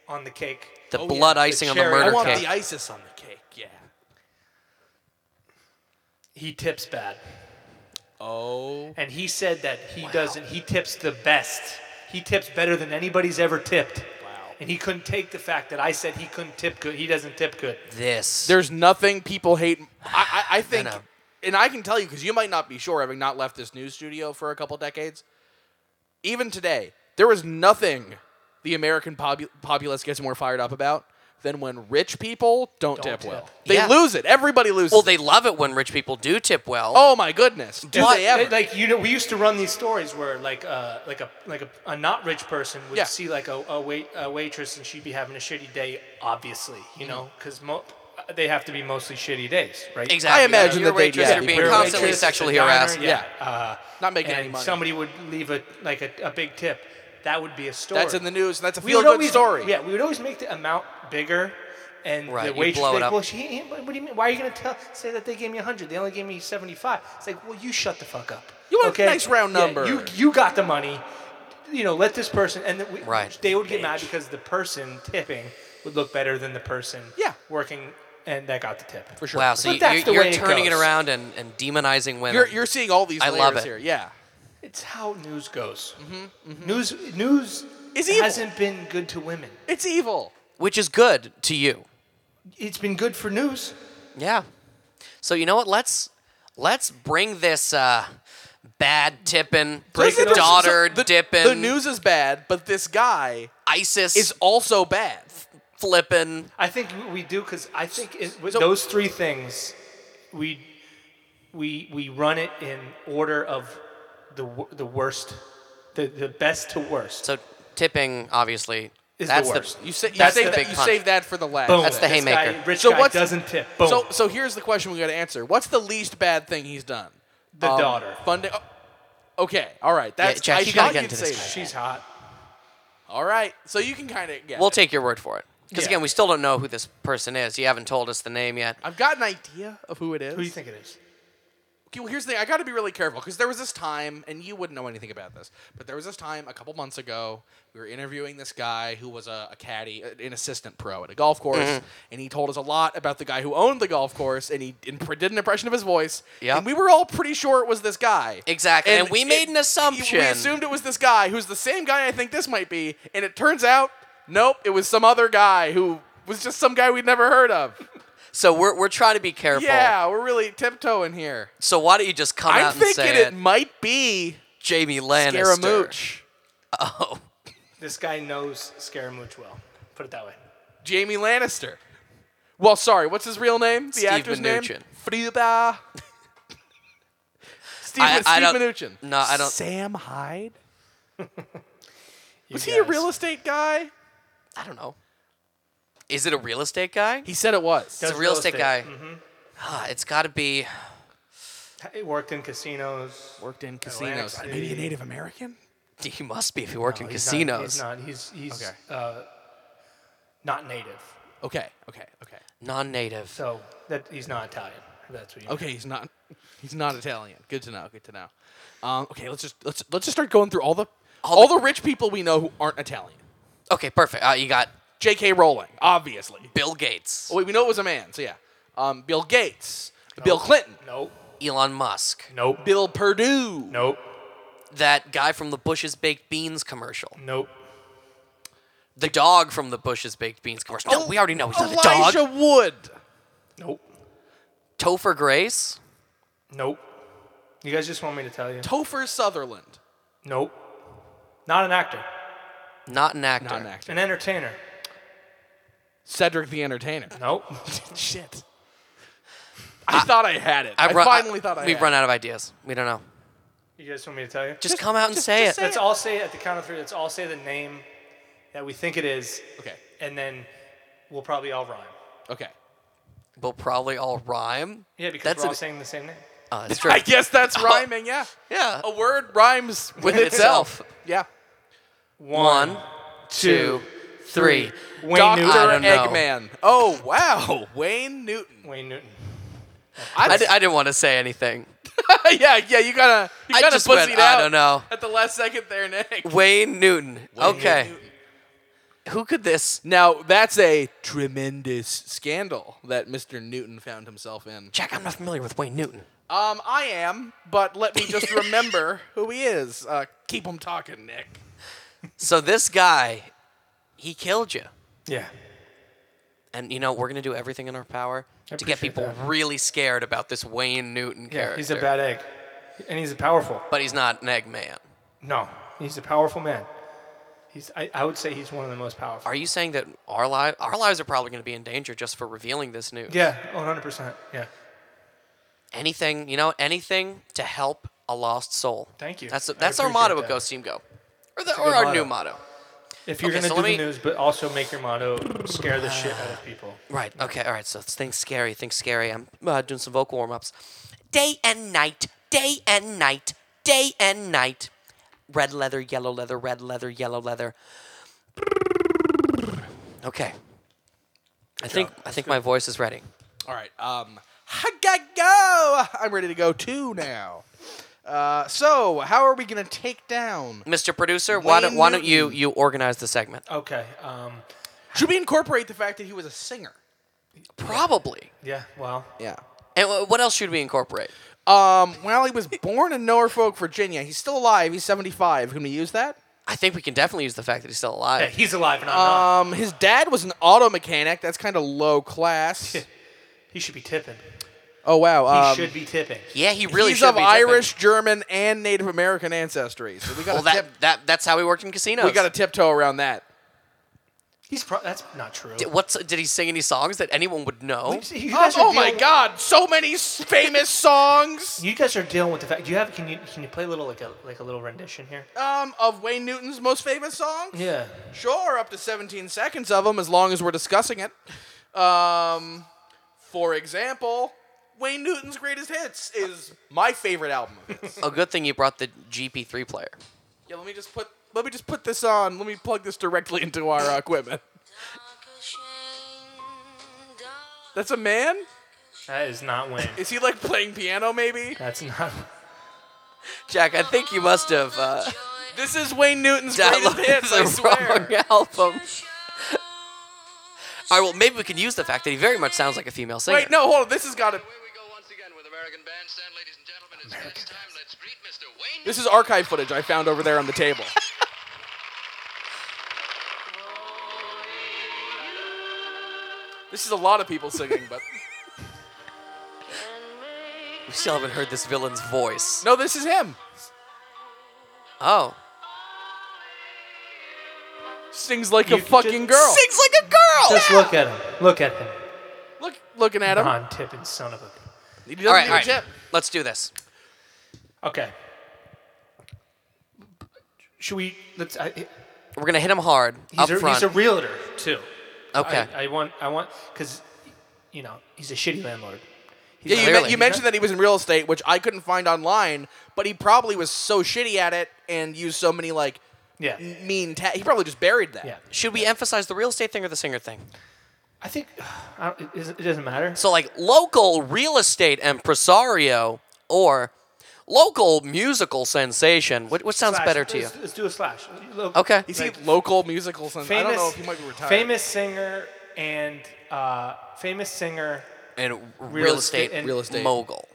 Speaker 3: on the cake.
Speaker 2: The
Speaker 1: Oh, yeah.
Speaker 2: blood
Speaker 1: The
Speaker 2: icing on the
Speaker 3: cherry. I
Speaker 1: I
Speaker 2: murder
Speaker 1: want
Speaker 2: cake.
Speaker 1: the ISIS on the cake. Yeah.
Speaker 3: He tips bad,
Speaker 1: Oh.
Speaker 3: and he said that he doesn't. He tips the best. He tips better than anybody's ever tipped.
Speaker 1: Wow.
Speaker 3: And he couldn't take the fact that I said he couldn't tip good. He doesn't tip good.
Speaker 2: this.
Speaker 1: There's nothing people hate. I, I, I think
Speaker 2: know.
Speaker 1: and I can tell you because you might not be sure, having not left this news studio for a couple decades. Even today, there is nothing the American popu- populace gets more fired up about than when rich people don't, tip,
Speaker 3: tip.
Speaker 1: well. They
Speaker 2: Yeah.
Speaker 1: lose it. Everybody loses.
Speaker 2: Well,
Speaker 1: it.
Speaker 2: they love it when rich people do tip well.
Speaker 1: Oh my goodness! Do
Speaker 2: But-
Speaker 1: they ever?
Speaker 3: Like you know, we used to run these stories where like uh, like a like a, a not rich person would
Speaker 1: Yeah.
Speaker 3: see like a, a wait a waitress and she'd be having a shitty day. Obviously, you
Speaker 1: Mm-hmm.
Speaker 3: know, because mo- they have to be mostly shitty days, right?
Speaker 2: Exactly.
Speaker 1: I imagine
Speaker 3: You're a
Speaker 1: that they'd
Speaker 3: waitress
Speaker 1: yeah,
Speaker 2: You're
Speaker 1: be
Speaker 2: being
Speaker 1: pretty
Speaker 3: You're a
Speaker 1: racist.
Speaker 2: constantly
Speaker 3: waitress,
Speaker 2: sexually
Speaker 3: a diner,
Speaker 2: harassed.
Speaker 3: Yeah. Uh,
Speaker 1: Not making
Speaker 3: and
Speaker 1: any money.
Speaker 3: Somebody would leave a like a, a big tip. That would be a story.
Speaker 1: That's in the news. And that's a
Speaker 3: We would
Speaker 1: feel-good
Speaker 3: always-
Speaker 1: story.
Speaker 3: Yeah, we would always make the amount bigger, and
Speaker 2: Right,
Speaker 3: the
Speaker 2: you'd
Speaker 3: waitress
Speaker 2: blow
Speaker 3: would
Speaker 2: it up.
Speaker 3: be like, "Well, she, ain't- what do you mean? Why are you gonna tell say that they gave me hundred? They only gave me seventy-five. It's like, well, you shut the fuck up.
Speaker 1: You want a
Speaker 3: okay?
Speaker 1: nice round
Speaker 3: Yeah,
Speaker 1: number.
Speaker 3: you you got the money. You know, let this person and the, we,
Speaker 2: Right,
Speaker 3: they would get mad because the person tipping would look better than the person
Speaker 1: Yeah.
Speaker 3: working and that got the tip.
Speaker 1: for sure.
Speaker 2: Wow.
Speaker 1: For
Speaker 2: So
Speaker 3: But
Speaker 2: you-
Speaker 3: that's the
Speaker 2: you're, you're
Speaker 3: way it
Speaker 2: turning it,
Speaker 3: goes.
Speaker 2: around and, and demonizing women.
Speaker 1: You're, you're seeing all these
Speaker 2: I
Speaker 1: layers
Speaker 2: love it.
Speaker 1: here. Yeah.
Speaker 3: It's how news goes. News news
Speaker 1: Is Mm-hmm, evil.
Speaker 3: hasn't been good to women.
Speaker 1: It's evil.
Speaker 2: which is good to you.
Speaker 3: It's been good for news.
Speaker 2: Yeah. So you know what? Let's let's bring this uh, bad tipping,
Speaker 3: Break it up.
Speaker 2: daughter
Speaker 1: So the-
Speaker 2: dipping,
Speaker 1: The news is bad, but this guy
Speaker 2: ISIS
Speaker 1: is also bad.
Speaker 2: flipping.
Speaker 3: I think we do because I think it, with those three things, we we we run it in order of the wor- the worst, the the best to worst.
Speaker 2: So tipping, obviously,
Speaker 3: Is the
Speaker 2: that's the,
Speaker 3: worst.
Speaker 1: You, sa- you,
Speaker 2: That's
Speaker 1: save,
Speaker 2: the
Speaker 1: that,
Speaker 2: big
Speaker 1: you
Speaker 2: punch.
Speaker 1: save that for the last.
Speaker 3: Boom.
Speaker 2: that's the
Speaker 3: This
Speaker 2: haymaker.
Speaker 3: guy- rich
Speaker 1: So
Speaker 3: guy
Speaker 1: what's-
Speaker 3: doesn't tip. Boom.
Speaker 1: So, so here's the question we got to answer. What's the least bad thing he's done?
Speaker 3: The
Speaker 2: um,
Speaker 3: daughter.
Speaker 1: Funding. Oh, okay. All right. That's.
Speaker 2: Jack,
Speaker 1: I
Speaker 2: you gotta
Speaker 1: thought
Speaker 2: get
Speaker 1: you'd
Speaker 2: into
Speaker 1: say
Speaker 2: this guy.
Speaker 1: that.
Speaker 3: she's hot.
Speaker 1: All right. So you can kind of.
Speaker 2: We'll take your word for it. Because
Speaker 1: Yeah.
Speaker 2: again, we still don't know who this person is. You haven't told us the name yet.
Speaker 1: I've got an idea of who it is.
Speaker 3: Who do you think it is?
Speaker 1: Okay, well, here's the thing. I got to be really careful because there was this time, and you wouldn't know anything about this, but there was this time a couple months ago we were interviewing this guy who was a, a caddy, a- an assistant pro at a golf course,
Speaker 2: Mm-hmm.
Speaker 1: and he told us a lot about the guy who owned the golf course, and he imp- did an impression of his voice.
Speaker 2: Yep.
Speaker 1: And we were all pretty sure it was this guy.
Speaker 2: Exactly, and we made an
Speaker 1: We
Speaker 2: assumption.
Speaker 1: assumed it was this guy who's the same guy I think this might be, and it turns out, nope, it was some other guy who was just some guy we'd never heard of.
Speaker 2: So we're, we're trying to be careful.
Speaker 1: yeah, we're really tiptoeing here.
Speaker 2: So why don't you just come
Speaker 1: I'm
Speaker 2: out and
Speaker 1: thinking
Speaker 2: say
Speaker 1: it might be
Speaker 2: Jamie Lannister.
Speaker 1: Scaramouche.
Speaker 2: Oh,
Speaker 3: This guy knows Scaramouche well. Put it that way.
Speaker 1: Jamie Lannister. Well, sorry, what's his real name? The
Speaker 2: Steve
Speaker 1: actor's name?
Speaker 2: Mnuchin.
Speaker 1: Frida. Steve,
Speaker 2: I-
Speaker 1: Steve
Speaker 2: I don't-
Speaker 1: Mnuchin.
Speaker 2: no, I don't-
Speaker 1: Sam Hyde?
Speaker 3: You
Speaker 1: Was he a
Speaker 3: guys-
Speaker 1: real estate guy?
Speaker 2: I don't know. Is it a real estate guy?
Speaker 1: He said it was.
Speaker 2: It's a
Speaker 3: Does
Speaker 2: real
Speaker 3: real
Speaker 2: estate,
Speaker 3: estate.
Speaker 2: guy. Ah, it's got to be.
Speaker 3: He worked in casinos.
Speaker 1: Worked in casinos.
Speaker 3: Atlantic
Speaker 1: Maybe a
Speaker 3: City.
Speaker 1: Native American?
Speaker 2: He must be if he worked in
Speaker 3: He's not-
Speaker 2: casinos.
Speaker 3: he's not. He's he's
Speaker 1: Okay.
Speaker 3: uh, not native.
Speaker 1: Okay, okay, okay.
Speaker 2: Non-native.
Speaker 3: So that he's not Italian. if That's what you.
Speaker 1: Okay, he's not he's not Italian. Good to know, good to know. Um, okay, let's just let's let's just start going through all the all,
Speaker 2: All the-
Speaker 1: the rich people we know who aren't Italian.
Speaker 2: Okay, perfect. Uh, you got
Speaker 1: J.K. Rowling, obviously.
Speaker 2: Bill Gates,
Speaker 1: Oh, wait, we know it was a man, so yeah. Um, Bill Gates, Bill Clinton,
Speaker 3: Nope.
Speaker 2: Elon Musk,
Speaker 3: Nope.
Speaker 1: Bill Purdue,
Speaker 3: Nope.
Speaker 2: that guy from the Bush's Baked Beans commercial,
Speaker 3: Nope.
Speaker 2: the dog from the Bush's Baked Beans commercial. No, Oh, we already know he's not a
Speaker 1: Elijah
Speaker 2: dog.
Speaker 1: Wood.
Speaker 3: Nope.
Speaker 2: Topher Grace.
Speaker 3: Nope. You guys just want me to tell you?
Speaker 1: Topher Sutherland.
Speaker 3: Nope. Not an actor.
Speaker 2: Not an actor.
Speaker 1: Not an actor.
Speaker 3: An entertainer.
Speaker 1: Cedric the Entertainer.
Speaker 3: Nope.
Speaker 1: Shit. I, thought I had it. I,
Speaker 2: run-
Speaker 1: finally thought I
Speaker 2: We've
Speaker 1: had
Speaker 2: run
Speaker 1: it.
Speaker 2: out of ideas. We don't know.
Speaker 3: You guys want me to tell you?
Speaker 2: Just, come out and
Speaker 1: just-
Speaker 2: say
Speaker 1: just
Speaker 2: it.
Speaker 1: say
Speaker 3: Let's all say at the count of three. Let's all say the name that we think it is,
Speaker 1: Okay.
Speaker 3: and then we'll probably all rhyme.
Speaker 1: Okay.
Speaker 2: We'll probably all rhyme.
Speaker 3: Yeah, because
Speaker 2: that's
Speaker 3: we're all
Speaker 2: an-
Speaker 3: saying the same name.
Speaker 2: uh, that's true.
Speaker 1: I guess that's rhyming, yeah.
Speaker 2: yeah.
Speaker 1: A word rhymes with,
Speaker 2: With
Speaker 1: itself.
Speaker 2: itself.
Speaker 1: Yeah.
Speaker 2: One, two, uh, three.
Speaker 3: Wayne
Speaker 1: Dr.
Speaker 3: Newton.
Speaker 2: I don't know.
Speaker 1: Eggman. Oh, wow. Wayne Newton.
Speaker 3: Wayne Newton.
Speaker 2: I, d- I didn't want to say anything.
Speaker 1: yeah, yeah, you gotta, you
Speaker 2: I
Speaker 1: gotta
Speaker 2: just went,
Speaker 1: pussied
Speaker 2: I
Speaker 1: out
Speaker 2: don't know.
Speaker 1: At the last second there, Nick.
Speaker 2: Wayne Newton. okay.
Speaker 1: Newton.
Speaker 2: Who could this?
Speaker 1: Now that's a tremendous scandal that Mr. Newton found himself in.
Speaker 2: Jack, I'm not familiar with Wayne Newton.
Speaker 1: Um, I am, but let me just remember who he is. Uh, keep him talking, Nick.
Speaker 2: So this guy, he killed you.
Speaker 3: Yeah.
Speaker 2: And you know we're gonna do everything in our power
Speaker 3: I
Speaker 2: to get
Speaker 3: appreciate
Speaker 2: people
Speaker 3: that.
Speaker 2: really scared about this Wayne Newton character.
Speaker 3: Yeah, he's a bad egg, and he's a powerful.
Speaker 2: but he's not an Eggman.
Speaker 3: No, he's a powerful man. He's. I, I would say he's one of the most powerful.
Speaker 2: Are you saying that our lives, our lives are probably going to be in danger just for revealing this news?
Speaker 3: Yeah, 100. Oh, percent Yeah.
Speaker 2: Anything, you know, anything to help a lost soul.
Speaker 3: Thank you.
Speaker 2: That's
Speaker 3: I
Speaker 2: that's our
Speaker 3: appreciate
Speaker 2: motto
Speaker 3: that.
Speaker 2: at Ghost Team Go, or the,
Speaker 3: a
Speaker 2: or
Speaker 3: good
Speaker 2: our
Speaker 3: motto.
Speaker 2: new motto.
Speaker 3: If you're
Speaker 2: Okay,
Speaker 3: gonna
Speaker 2: so
Speaker 3: do
Speaker 2: let
Speaker 3: the
Speaker 2: me-
Speaker 3: news, but also make your motto scare the shit out of people.
Speaker 2: Right. Okay. All right. So it's things scary. Things scary. I'm uh, doing some vocal warm ups. Day and night. Day and night. Day and night. Red leather, yellow leather, red leather, yellow leather. Okay. I think I think my voice is ready.
Speaker 1: All right. Um, I gotta go. I'm ready to go too now. Uh, so how are we gonna take down?
Speaker 2: Mr. Producer, why don't,
Speaker 1: Wayne
Speaker 2: why don't you you organize the segment?
Speaker 3: Okay. Um.
Speaker 1: Should we incorporate the fact that he was a singer?
Speaker 2: Probably.
Speaker 3: Yeah. Well.
Speaker 1: Yeah.
Speaker 2: And wh- what else should we incorporate?
Speaker 1: Um, well, he was born in Norfolk, Virginia. He's still alive. He's 75. Can we use that?
Speaker 2: I think we can definitely use the fact that he's still
Speaker 3: Yeah,
Speaker 2: alive.
Speaker 3: he's alive and I'm
Speaker 2: Uh,
Speaker 3: not.
Speaker 1: Um, his dad was an auto mechanic. That's kind of low class.
Speaker 3: He should be tipping.
Speaker 1: oh wow.
Speaker 3: He
Speaker 1: Um,
Speaker 3: should be tipping.
Speaker 2: Yeah, he really
Speaker 1: he's
Speaker 2: should
Speaker 1: of
Speaker 2: be dipping.
Speaker 1: Irish, German, and Native American ancestry. So we got
Speaker 2: Well,
Speaker 1: to
Speaker 2: that, that that's how he worked in casinos.
Speaker 1: we got to tiptoe around that.
Speaker 3: He's pro- that's not true.
Speaker 2: Did- What's did he sing any songs that anyone would know?
Speaker 1: Um,
Speaker 3: You guys are
Speaker 1: oh my
Speaker 3: dealing-
Speaker 1: God! So many s- famous songs
Speaker 3: You guys are dealing with the fact. Do you have? Can you can you play a little like a like a little rendition here?
Speaker 1: um, of Wayne Newton's most famous songs.
Speaker 3: Yeah.
Speaker 1: Sure, up to 17 seconds of them, as long as we're discussing it. Um, for example, Wayne Newton's greatest hits is my favorite album of his.
Speaker 2: A good thing you brought the GP3 player.
Speaker 1: yeah, let me just put let me just put this on. Let me plug this directly into our uh, equipment. That's a man.
Speaker 3: That is not Wayne.
Speaker 1: Is he like playing piano? Maybe.
Speaker 3: That's not.
Speaker 2: Jack, I think you must have uh,
Speaker 1: This is Wayne Newton's greatest
Speaker 2: downloaded
Speaker 1: hits. I
Speaker 2: the
Speaker 1: swear.
Speaker 2: wrong album. All right, well, maybe we can use the fact that he very much sounds like a female singer.
Speaker 1: Wait, no, hold on. This has got to.
Speaker 4: Away we go once again with American Bandstand, ladies and gentlemen. It's, it's time. Let's greet Mr. Wayne.
Speaker 1: This is archive footage I found over there on the table. this is a lot of people singing, but
Speaker 2: we still haven't heard this villain's voice.
Speaker 1: no, this is him
Speaker 2: Oh,
Speaker 1: sings like
Speaker 3: You
Speaker 1: a
Speaker 3: can
Speaker 1: fucking
Speaker 3: just-
Speaker 1: girl.
Speaker 2: sings like a girl.
Speaker 3: Just look at him. Look at him.
Speaker 1: Look, looking at him.
Speaker 3: Non tipping son of a.
Speaker 1: He doesn't
Speaker 2: all right,
Speaker 1: need
Speaker 2: all
Speaker 1: a
Speaker 2: right,
Speaker 1: tip.
Speaker 2: let's do this.
Speaker 3: Okay. Should we? Let's. I, he's,
Speaker 2: We're gonna hit him hard up
Speaker 3: a,
Speaker 2: front.
Speaker 3: he's a realtor too.
Speaker 2: okay.
Speaker 3: I, I want. I want. Cause, you know, he's a shitty landlord. He's
Speaker 1: Yeah,
Speaker 3: not-
Speaker 1: you, men-
Speaker 2: Clearly.
Speaker 1: you mentioned that he was in real estate, which I couldn't find online, but he probably was so shitty at it and used so many like
Speaker 3: Yeah.
Speaker 1: n- mean. Ta- he probably just buried that.
Speaker 3: Yeah.
Speaker 2: Should we emphasize the real estate thing or the singer thing?
Speaker 3: I think I don't, it, isn't- it doesn't matter.
Speaker 2: So like local real estate impresario or local musical sensation. What, what sounds
Speaker 3: Slash.
Speaker 2: better to you?
Speaker 3: Let's, let's do a slash. Look,
Speaker 2: Okay.
Speaker 1: Is
Speaker 3: Like-
Speaker 1: he local musical? Sense?
Speaker 3: Famous,
Speaker 1: I don't know if he might be retired.
Speaker 3: Famous singer and uh, famous singer.
Speaker 2: And real,
Speaker 3: Real estate
Speaker 2: estate,
Speaker 3: and-
Speaker 1: Real estate.
Speaker 2: mogul.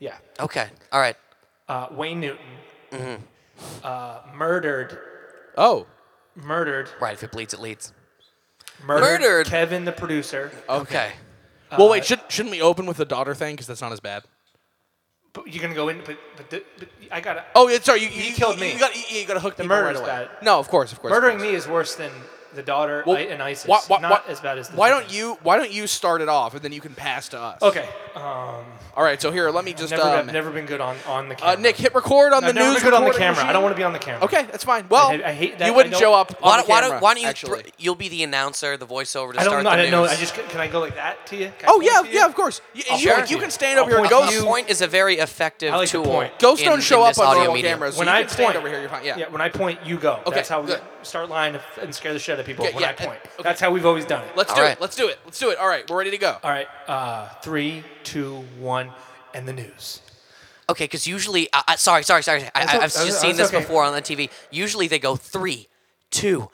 Speaker 3: Yeah.
Speaker 2: Okay. All right.
Speaker 3: Uh, Wayne Newton.
Speaker 1: Mm-hmm.
Speaker 3: Uh, murdered.
Speaker 1: Oh,
Speaker 3: Murdered.
Speaker 2: Right. If it bleeds, it leads.
Speaker 3: Murdered.
Speaker 2: Murdered.
Speaker 3: Kevin, the producer.
Speaker 2: Okay.
Speaker 3: Uh,
Speaker 1: Well, wait. Should, shouldn't we open with the daughter thing? Because that's not as bad.
Speaker 3: But you're gonna go in. But but, the, but I gotta.
Speaker 1: Oh, yeah, sorry. You,
Speaker 3: He
Speaker 1: you-
Speaker 3: killed
Speaker 1: you,
Speaker 3: me.
Speaker 1: You got, you, you got to hook the
Speaker 3: murder
Speaker 1: right
Speaker 3: is
Speaker 1: away.
Speaker 3: bad.
Speaker 1: No, of course, of course.
Speaker 3: murdering me is worse than the daughter
Speaker 1: Well,
Speaker 3: I- and ISIS.
Speaker 1: why- why-
Speaker 3: Not
Speaker 1: why-
Speaker 3: as bad as. The
Speaker 1: Why don't
Speaker 3: daughter.
Speaker 1: you Why don't you start it off and then you can pass to us?
Speaker 3: Okay. Um,
Speaker 1: All right. So here, let me just.
Speaker 3: never,
Speaker 1: um,
Speaker 3: I've never been good on on the camera.
Speaker 1: uh, Nick, hit record on
Speaker 3: I've
Speaker 1: the
Speaker 3: never
Speaker 1: news.
Speaker 3: been good on the
Speaker 1: recording
Speaker 3: camera. I
Speaker 1: machine.
Speaker 3: don't want to be on the camera.
Speaker 1: Okay, that's fine. Well,
Speaker 3: I- I hate that
Speaker 1: you
Speaker 3: I
Speaker 1: wouldn't
Speaker 3: don't-
Speaker 1: show up
Speaker 2: Why,
Speaker 1: on
Speaker 2: don't- why,
Speaker 1: camera.
Speaker 2: don't, why don't you?
Speaker 1: actually.
Speaker 2: Throw, you'll be the announcer, the voiceover to
Speaker 3: I
Speaker 2: start
Speaker 3: don't know. I
Speaker 2: the
Speaker 3: don't know.
Speaker 2: news.
Speaker 3: I just can I go like that to you? Can I
Speaker 1: oh
Speaker 3: point
Speaker 1: yeah,
Speaker 3: to you?
Speaker 1: yeah, of course. You, you-
Speaker 2: point
Speaker 1: you
Speaker 3: to
Speaker 1: can
Speaker 3: you.
Speaker 1: stand over
Speaker 3: I'll
Speaker 1: here and go.
Speaker 3: point to
Speaker 2: The
Speaker 3: you.
Speaker 2: point is a very effective
Speaker 3: I like the
Speaker 2: tool.
Speaker 3: point.
Speaker 1: Ghosts
Speaker 2: in-
Speaker 1: don't show
Speaker 2: in
Speaker 1: up
Speaker 2: this
Speaker 1: on
Speaker 2: audio
Speaker 1: normal
Speaker 2: medium.
Speaker 1: cameras. So
Speaker 3: when
Speaker 1: you
Speaker 3: I
Speaker 1: can stand
Speaker 3: point
Speaker 1: over here, you're fine. Yeah.
Speaker 3: When I point, you go.
Speaker 1: Okay,
Speaker 3: That's how we
Speaker 1: good.
Speaker 3: start line of- and scare the shit out of people.
Speaker 1: Yeah,
Speaker 3: when
Speaker 1: yeah,
Speaker 3: I point,
Speaker 1: okay.
Speaker 3: that's how we've always done it.
Speaker 1: Let's
Speaker 2: All
Speaker 1: do it.
Speaker 2: right.
Speaker 1: Let's do it. Let's do it. All right, we're ready to go.
Speaker 3: All right, uh, three, two, one, and the news.
Speaker 2: Okay, because usually, uh, uh, sorry, sorry, sorry. I, I,
Speaker 3: o-
Speaker 2: I've
Speaker 3: that's-
Speaker 2: just seen
Speaker 3: that's
Speaker 2: this
Speaker 3: okay.
Speaker 2: before on the TV. Usually they go three, two,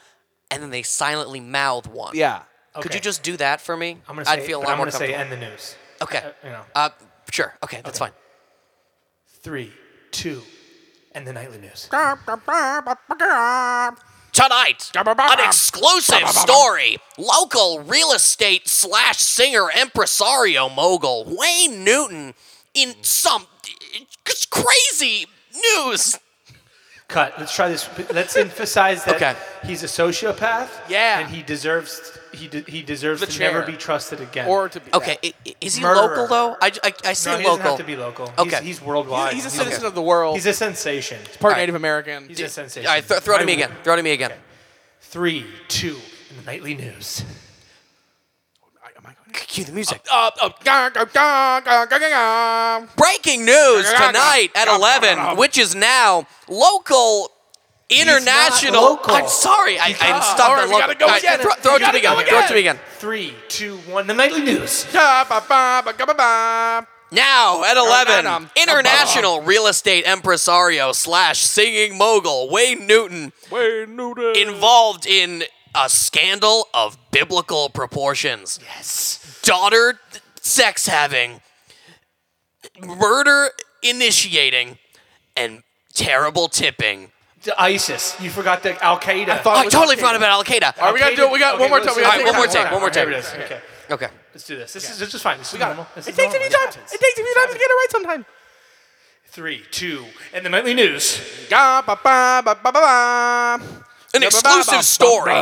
Speaker 2: and then they silently mouth one.
Speaker 1: Yeah.
Speaker 2: Could
Speaker 3: Okay.
Speaker 2: you just do that for me?
Speaker 3: I'm gonna say.
Speaker 2: I'd feel a
Speaker 3: but
Speaker 2: lot
Speaker 3: I'm
Speaker 2: more
Speaker 3: gonna say
Speaker 2: comfortable.
Speaker 3: end the news.
Speaker 2: okay.
Speaker 3: uh, you know.
Speaker 2: Uh, sure. Okay, that's fine.
Speaker 3: Three, two, and the nightly news.
Speaker 2: Tonight, an exclusive story. Local real estate slash singer impresario mogul Wayne Newton in some just crazy news.
Speaker 3: Cut. Let's try this. Let's emphasize that
Speaker 2: Okay.
Speaker 3: he's a sociopath.
Speaker 1: Yeah.
Speaker 3: and he deserves he de- he deserves
Speaker 1: The
Speaker 3: to
Speaker 1: chair.
Speaker 3: never be trusted again.
Speaker 1: Or to be
Speaker 2: Okay, i- i- is he
Speaker 3: Murderer.
Speaker 2: local though? I, I, I
Speaker 3: no,
Speaker 2: say
Speaker 3: he doesn't
Speaker 2: local.
Speaker 3: have to be local.
Speaker 2: Okay.
Speaker 3: he's, he's worldwide.
Speaker 1: He's, he's a citizen of the world.
Speaker 3: He's a sensation.
Speaker 1: part
Speaker 2: Alright.
Speaker 1: Native American.
Speaker 3: He's a sensation.
Speaker 2: All right, th- throw it
Speaker 3: My
Speaker 2: to me
Speaker 3: word.
Speaker 2: again. Throw it to me again.
Speaker 3: Three, two, and the nightly news.
Speaker 1: Am I going to-
Speaker 2: Cue the music.
Speaker 1: Up, up,
Speaker 3: Ah,
Speaker 1: ga, ga, ga, ga, ga, ga, ga.
Speaker 2: Breaking news tonight at 11, which is now local, international.
Speaker 3: local.
Speaker 2: I'm sorry, I, I'm
Speaker 1: not.
Speaker 2: stuck
Speaker 1: Alright,
Speaker 2: on
Speaker 1: we
Speaker 2: local.
Speaker 1: gotta go
Speaker 2: Alright,
Speaker 1: again.
Speaker 2: throw, throw
Speaker 1: We
Speaker 2: it to me
Speaker 1: gotta go
Speaker 2: again. Throw it to me
Speaker 1: again.
Speaker 2: again.
Speaker 3: Three, two, one. The nightly news.
Speaker 1: Da, ba, ba, ba, ga, ba, ba.
Speaker 2: Now at
Speaker 1: no, no,
Speaker 2: 11,
Speaker 1: no.
Speaker 2: international real estate impresario slash singing mogul Wayne Newton
Speaker 1: Wayne Newton.
Speaker 2: involved in a scandal of biblical proportions. Yes. Daughter sex having, murder initiating, and terrible tipping.
Speaker 3: The ISIS. You forgot the Al Qaeda.
Speaker 1: I thought-
Speaker 2: I totally forgot about Al Qaeda.
Speaker 1: Are we gonna do it? We got one more time. We got
Speaker 2: Alright, one more take, one more take.
Speaker 3: Here it is. Okay.
Speaker 2: Okay.
Speaker 3: Let's do this. This is this is fine. This is
Speaker 1: got
Speaker 3: normal.
Speaker 1: it.
Speaker 3: This
Speaker 1: It
Speaker 3: is
Speaker 1: takes a
Speaker 3: normal.
Speaker 1: few
Speaker 3: This
Speaker 1: times.
Speaker 3: happens.
Speaker 1: It takes a few times to get it right sometime.
Speaker 3: Three, two, and the nightly news.
Speaker 1: Ga, ba, ba, ba, ba, ba, ba.
Speaker 2: An exclusive story.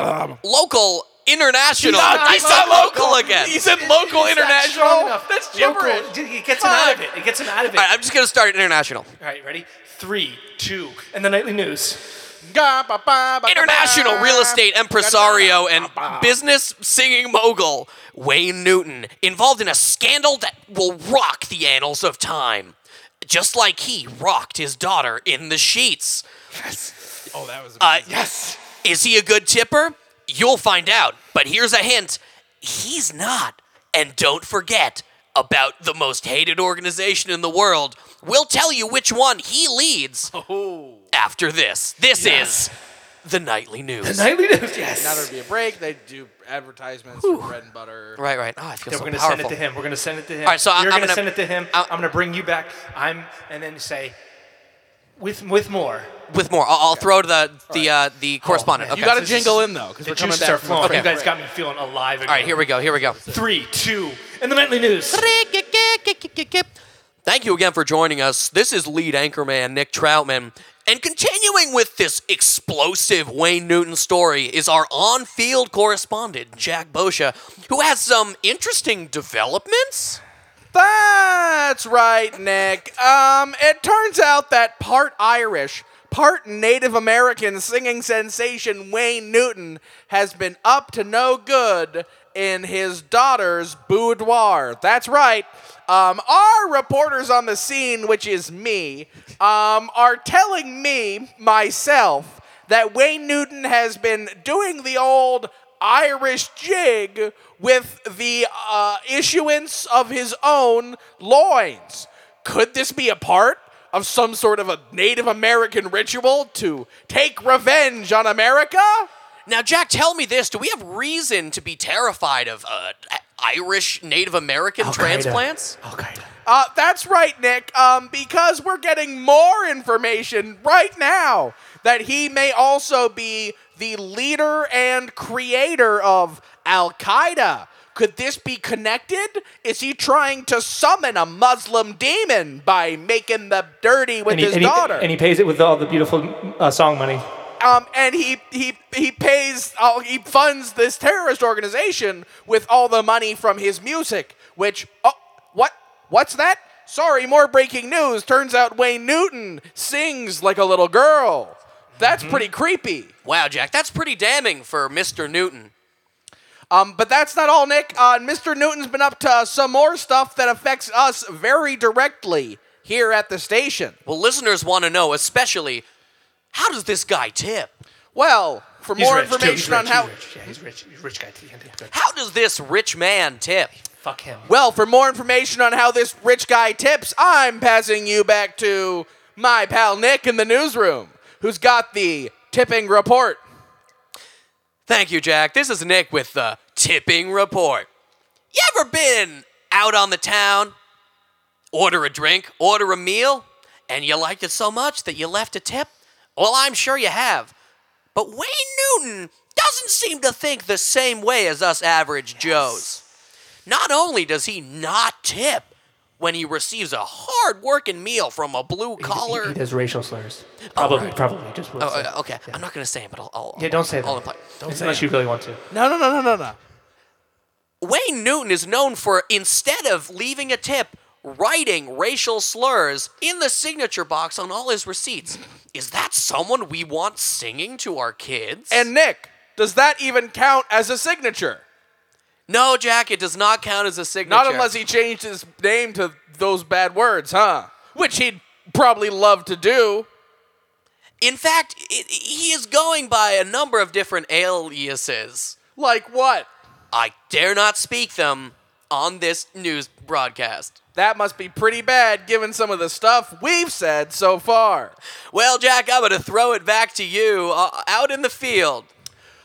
Speaker 2: Local, international. I said local again.
Speaker 1: He said local, international. That's gibberish.
Speaker 3: Local. Dude, It gets him out of it. It gets him out of it.
Speaker 2: All
Speaker 3: All
Speaker 2: right, I'm just gonna start at international.
Speaker 3: right, ready? Three, two, and the nightly news.
Speaker 1: Ga, ba, ba, ba,
Speaker 2: International
Speaker 1: ba.
Speaker 2: real estate impresario and business singing mogul Wayne Newton involved in a scandal that will rock the annals of time. Just like he rocked his daughter in the sheets.
Speaker 1: Oh, that was.
Speaker 2: Uh,
Speaker 1: yes.
Speaker 2: Is he a good tipper? You'll find out. But here's a hint he's not. And don't forget about the most hated organization in the world. We'll tell you which one he leads after this. This is the Nightly News.
Speaker 3: Nightly news. Yes.
Speaker 1: Now there'd be a break. They do advertisements for bread and butter.
Speaker 2: right, right. Oh, I feel
Speaker 3: Yeah,
Speaker 2: so
Speaker 3: we're gonna
Speaker 2: powerful.
Speaker 3: send it to him. We're gonna send it to him.
Speaker 2: All right, so I-
Speaker 3: you're
Speaker 2: I'm
Speaker 3: gonna,
Speaker 2: gonna-
Speaker 3: send it to him.
Speaker 2: I'll-
Speaker 3: i am gonna bring you back. I'm and then say with with more.
Speaker 2: With more, I'll, I'll throw to the the uh, the correspondent.
Speaker 3: Oh,
Speaker 2: okay.
Speaker 3: man.
Speaker 1: You got to
Speaker 3: this is-
Speaker 1: jingle in though, because
Speaker 3: The
Speaker 1: we're coming
Speaker 3: juices
Speaker 1: back.
Speaker 3: are
Speaker 1: from the
Speaker 3: flowing.
Speaker 1: break.
Speaker 3: You guys got me feeling alive again.
Speaker 2: All right, here we go. Here we go.
Speaker 3: Three, two, and the nightly news.
Speaker 2: Thank you again for joining us. This is lead anchorman Nick Troutman. And continuing with this explosive Wayne Newton story is our on field correspondent, Jack Bosha, who has some interesting developments.
Speaker 1: That's right, Nick. Um, it turns out that part Irish, part Native American singing sensation Wayne Newton has been up to no good in his daughter's boudoir. That's right. Um, our reporters on the scene, which is me, um, are telling me, myself, that Wayne Newton has been doing the old Irish jig with the uh, issuance of his own loins. Could this be a part of some sort of a Native American ritual to take revenge on America?
Speaker 2: Now, Jack, tell me this do we have reason to be terrified of uh, Irish Native American transplants?
Speaker 3: Al Qaeda.
Speaker 1: Uh, that's right, Nick, um, because we're getting more information right now that he may also be the leader and creator of Al Qaeda. Could this be connected? Is he trying to summon a Muslim demon by making them dirty with
Speaker 3: And he,
Speaker 1: his
Speaker 3: and, he,
Speaker 1: daughter?
Speaker 3: and he pays it with all the beautiful uh, song money.
Speaker 1: um, and he he he pays oh, he funds this terrorist organization with all the money from his music. Which oh, what what's that? Sorry, more breaking news. Turns out Wayne Newton sings like a little girl. That's
Speaker 3: Mm-hmm.
Speaker 1: pretty creepy.
Speaker 2: Wow, Jack, that's pretty damning for Mr. Newton.
Speaker 1: Um, but that's not all, Nick. Uh, Mr. Newton's been up to some more stuff that affects us very directly here at the station.
Speaker 2: Well, listeners want to know, especially, how does this guy tip?
Speaker 1: Well, for
Speaker 3: He's
Speaker 1: more
Speaker 3: rich, too. He's
Speaker 1: information on
Speaker 3: rich,
Speaker 1: how.
Speaker 3: He's rich. Yeah, he's rich. He's a rich guy. He's rich.
Speaker 2: How does this rich man tip?
Speaker 3: Fuck him.
Speaker 1: Well, for more information on how this rich guy tips, I'm passing you back to my pal Nick in the newsroom, who's got the tipping report.
Speaker 2: Thank you, Jack. This is Nick with the tipping report. You ever been out on the town? Order a drink, order a meal, and you liked it so much that you left a tip? Well, I'm sure you have. But Wayne Newton doesn't seem to think the same way as us average Joes. Not only does he not tip when he receives a hard working meal from a blue collar.
Speaker 3: He, he does racial slurs. Probably,
Speaker 2: right.
Speaker 3: probably. Just
Speaker 2: Oh, uh, okay. I'm not going to say it, but I'll. I'll
Speaker 3: Yeah, don't say
Speaker 2: I'll
Speaker 3: that.
Speaker 2: imply- Don't say
Speaker 3: Unless you really want to.
Speaker 1: No, no, no, no, no, no.
Speaker 2: Wayne Newton is known for instead of leaving a tip, writing racial slurs in the signature box on all his receipts. Is that someone we want singing to our kids?
Speaker 1: And Nick, does that even count as a signature?
Speaker 2: no, Jack, it does not count as a signature.
Speaker 1: Not unless he changed his name to those bad words, huh? Which he'd probably love to do.
Speaker 2: In fact, it, he is going by a number of different aliases.
Speaker 1: Like what?
Speaker 2: I dare not speak them on this news broadcast.
Speaker 1: That must be pretty bad given some of the stuff we've said so far.
Speaker 2: Well, Jack, I'm going to throw it back to you uh, out in the field.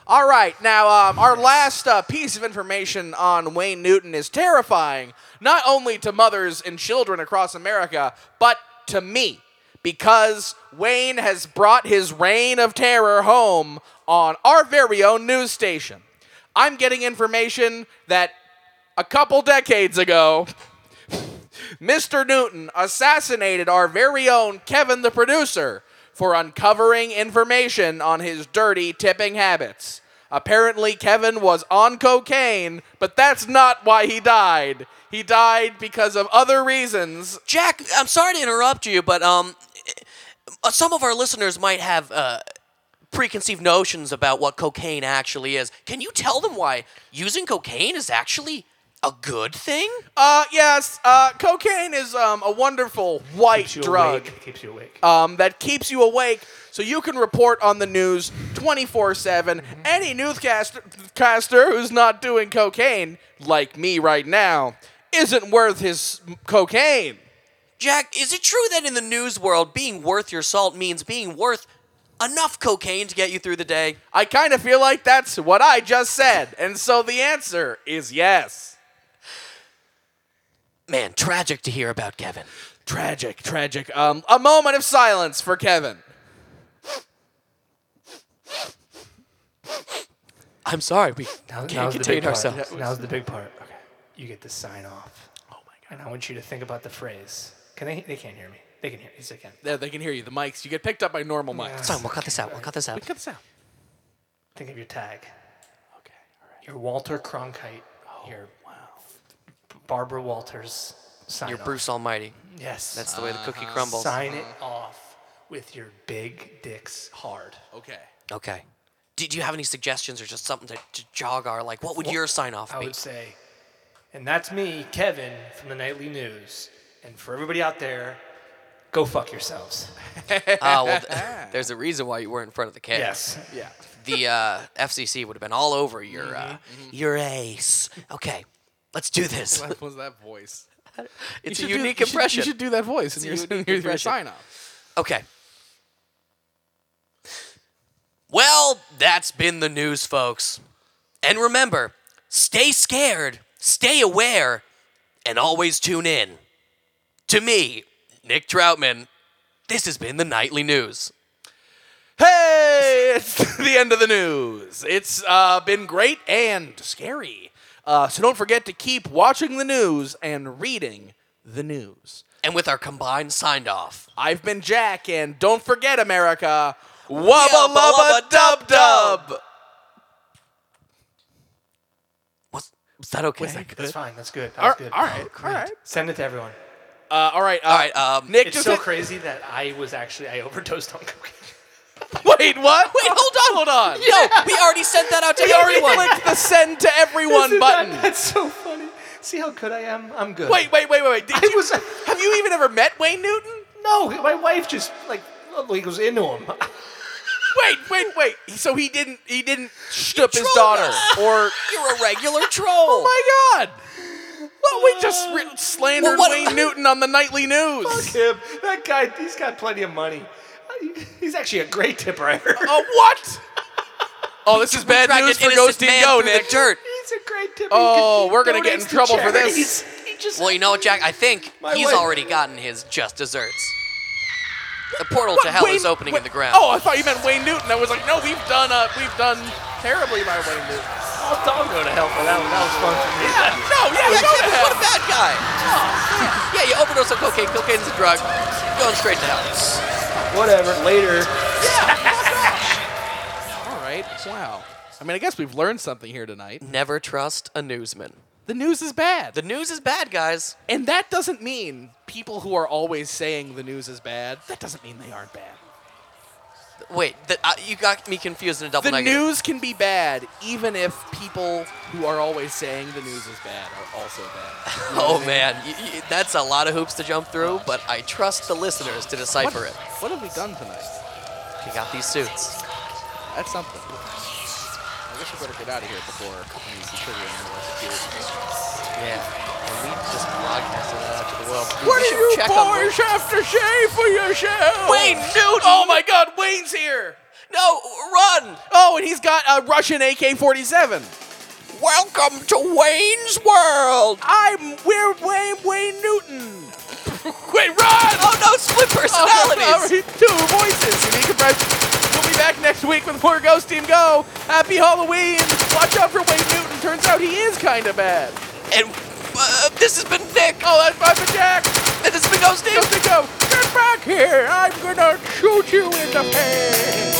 Speaker 1: All right, now um, our last uh, piece of information on Wayne Newton is terrifying, not only to mothers and children across America, but to me, because Wayne has brought his reign of terror home on our very own news station. I'm getting information that a couple decades ago, Mr. Newton assassinated our very own Kevin the producer for uncovering information on his dirty tipping habits. Apparently, Kevin was on cocaine, but that's not why he died. He died because of other reasons.
Speaker 2: Jack, I'm sorry to interrupt you, but um, uh, some of our listeners might have uh, preconceived notions about what cocaine actually is. Can you tell them why using cocaine is actually a good thing?
Speaker 1: Uh, yes, uh, cocaine is um, a wonderful white
Speaker 3: Keeps you
Speaker 1: drug.
Speaker 3: awake. Keeps you awake.
Speaker 1: um, that keeps you awake so you can report on the news 24 7. Any newscaster caster who's not doing cocaine, like me right now, isn't worth his cocaine.
Speaker 2: Jack, is it true that in the news world, being worth your salt means being worth enough cocaine to get you through the day?
Speaker 1: I kind of feel like that's what I just said. And so the answer is yes.
Speaker 2: Man, tragic to hear about Kevin.
Speaker 1: Tragic, tragic. Um, a moment of silence for Kevin.
Speaker 2: I'm sorry, we
Speaker 3: Now-
Speaker 2: can't
Speaker 3: now's the big
Speaker 2: contain
Speaker 3: part.
Speaker 2: ourselves.
Speaker 3: Now's the big part. Okay. You get to sign off. Oh my god. And I want you to think about the phrase. Can they? They can't hear me. They can hear. Yes, they can.
Speaker 1: There, they can hear you. The mics. You get picked up by normal mics.
Speaker 2: It's fine, we'll cut this out. We'll cut this out.
Speaker 1: Cut this out.
Speaker 3: Think of your tag. Okay. All right. Your Walter Cronkite. your wow. Barbara Walters. Sign
Speaker 2: You're
Speaker 3: off.
Speaker 2: Bruce Almighty.
Speaker 3: Yes.
Speaker 2: That's the way the cookie crumbles.
Speaker 3: Sign it off with your big dicks hard.
Speaker 1: Okay.
Speaker 2: Okay. Do, do you have any suggestions or just something to, to jog our like? What would your sign off
Speaker 3: I
Speaker 2: be?
Speaker 3: would say, and that's me, Kevin from the Nightly News, and for everybody out there, go fuck yourselves.
Speaker 2: Ah, well, th- there's a reason why you were in front of the cage.
Speaker 3: Yes.
Speaker 1: Yeah.
Speaker 2: The uh, FCC would have been all over your
Speaker 1: Mm-hmm.
Speaker 2: uh, your ace. Okay, let's do this.
Speaker 1: What was that voice?
Speaker 2: It's
Speaker 1: You
Speaker 2: a
Speaker 1: should do-
Speaker 2: unique
Speaker 1: you should-
Speaker 2: impression.
Speaker 1: you should do that voice in your,
Speaker 2: unique
Speaker 1: in your, your
Speaker 2: impression.
Speaker 1: sign off.
Speaker 2: Okay. Well, that's been the news, folks. And remember, stay scared, stay aware, and always tune in. To me, Nick Troutman, this has been the Nightly News.
Speaker 1: Hey, it's the end of the news. It's uh, been great and scary. Uh, so don't forget to keep watching the news and reading the news.
Speaker 2: And with our combined signed off.
Speaker 1: I've been Jack, and don't forget, America. Wubba lubba dub dub.
Speaker 2: Was, was that okay?
Speaker 3: That's that's fine. That's good. That
Speaker 1: All
Speaker 3: was
Speaker 1: right,
Speaker 3: good.
Speaker 1: all right, all
Speaker 3: Great.
Speaker 1: right.
Speaker 3: Send it to everyone.
Speaker 1: Uh, all right, uh,
Speaker 2: All right, um,
Speaker 1: Nick,
Speaker 3: It's
Speaker 1: just
Speaker 3: so
Speaker 1: hit-
Speaker 3: crazy that I was actually I overdosed on cocaine.
Speaker 1: wait, what? Wait,
Speaker 2: hold
Speaker 1: hold on.
Speaker 2: No, we already sent that out to
Speaker 1: We already
Speaker 2: everyone.
Speaker 1: clicked the send to everyone
Speaker 3: Isn't that-
Speaker 1: button.
Speaker 3: that's so funny. See how good I am? I'm good.
Speaker 1: Wait, wait, wait, wait, wait. Did
Speaker 3: I
Speaker 1: you,
Speaker 3: was
Speaker 1: have you even ever met Wayne Newton?
Speaker 3: no. My wife just like like was into him.
Speaker 1: Wait, wait, wait. So he didn't he didn't stup his
Speaker 2: trolled
Speaker 1: daughter
Speaker 2: us.
Speaker 1: or
Speaker 2: You're a regular troll.
Speaker 1: Oh my god. Well, we just
Speaker 3: Uh,
Speaker 1: re- slandered
Speaker 2: Well, what-
Speaker 1: Wayne Newton on the nightly news.
Speaker 3: Him. That guy. He's got plenty of money. He's actually a great tipper. I heard.
Speaker 1: Oh, what? Oh, this is bad
Speaker 2: Dragged an
Speaker 1: news for
Speaker 2: innocent
Speaker 1: Ghost
Speaker 2: man
Speaker 1: Go,
Speaker 2: through the
Speaker 1: Nick.
Speaker 2: dirt.
Speaker 3: He's a great tipper.
Speaker 1: Oh,
Speaker 3: He
Speaker 1: we're gonna get in
Speaker 3: donates to
Speaker 1: trouble for this.
Speaker 3: charities. He just
Speaker 2: Well, you know what, Jack? I think
Speaker 3: My
Speaker 2: he's
Speaker 3: wife-
Speaker 2: already gotten his just desserts. The portal to hell
Speaker 1: Wayne-
Speaker 2: is opening in
Speaker 1: Wayne-
Speaker 2: the ground.
Speaker 1: Oh, I thought you meant Wayne Newton. I was like, no, we've done uh, we've done terribly by Wayne Newton.
Speaker 2: Oh,
Speaker 3: I'll, I'll go to hell for that one. That was fun for me.
Speaker 1: No, oh, yeah,
Speaker 2: Yeah,
Speaker 1: go
Speaker 2: yeah,
Speaker 1: to hell.
Speaker 2: what a bad guy. yeah, you overdose on cocaine. Cocaine's a drug. Going straight to hell.
Speaker 3: Whatever. Later.
Speaker 1: All right. Wow. I mean, I guess we've learned something here tonight.
Speaker 2: Never trust a newsman.
Speaker 1: The news is bad.
Speaker 2: The news is bad, guys.
Speaker 1: And that doesn't mean people who are always saying the news is bad, that doesn't mean they aren't bad.
Speaker 2: Wait, the, uh, you got me confused in a double
Speaker 1: The
Speaker 2: negative.
Speaker 1: news can be bad even if people who are always saying the news is bad are also bad.
Speaker 2: Oh man, y y that's a lot of hoops to jump through, but I trust the listeners to
Speaker 1: What,
Speaker 2: decipher it.
Speaker 1: what have we done tonight?
Speaker 2: We got these suits.
Speaker 1: That's something. I guess we better get out of here before I use the trigger and the rest of
Speaker 2: Yeah, and we just broadcasted that out to the world.
Speaker 1: you.
Speaker 2: We should check on Wayne-
Speaker 1: have to say for yourself?
Speaker 2: Wayne Newton!
Speaker 1: Oh my God, Wayne's here!
Speaker 2: No, run!
Speaker 1: Oh, and he's got a Russian AK-47.
Speaker 2: Welcome to Wayne's World.
Speaker 1: I'm we're Wayne Wayne Newton. Wait, run!
Speaker 2: Oh no, split personalities.
Speaker 1: Two voices. Unique impressions. We'll be back next week with more Ghost Team Go. Happy Halloween. Watch out for Wayne Newton. Turns out he is kind of bad.
Speaker 2: And uh, this has been Nick.
Speaker 1: Oh, that's Papa Jack.
Speaker 2: And this has been Ghost Dave.
Speaker 1: Ghost Team Go. Get back here. I'm gonna shoot you in the face.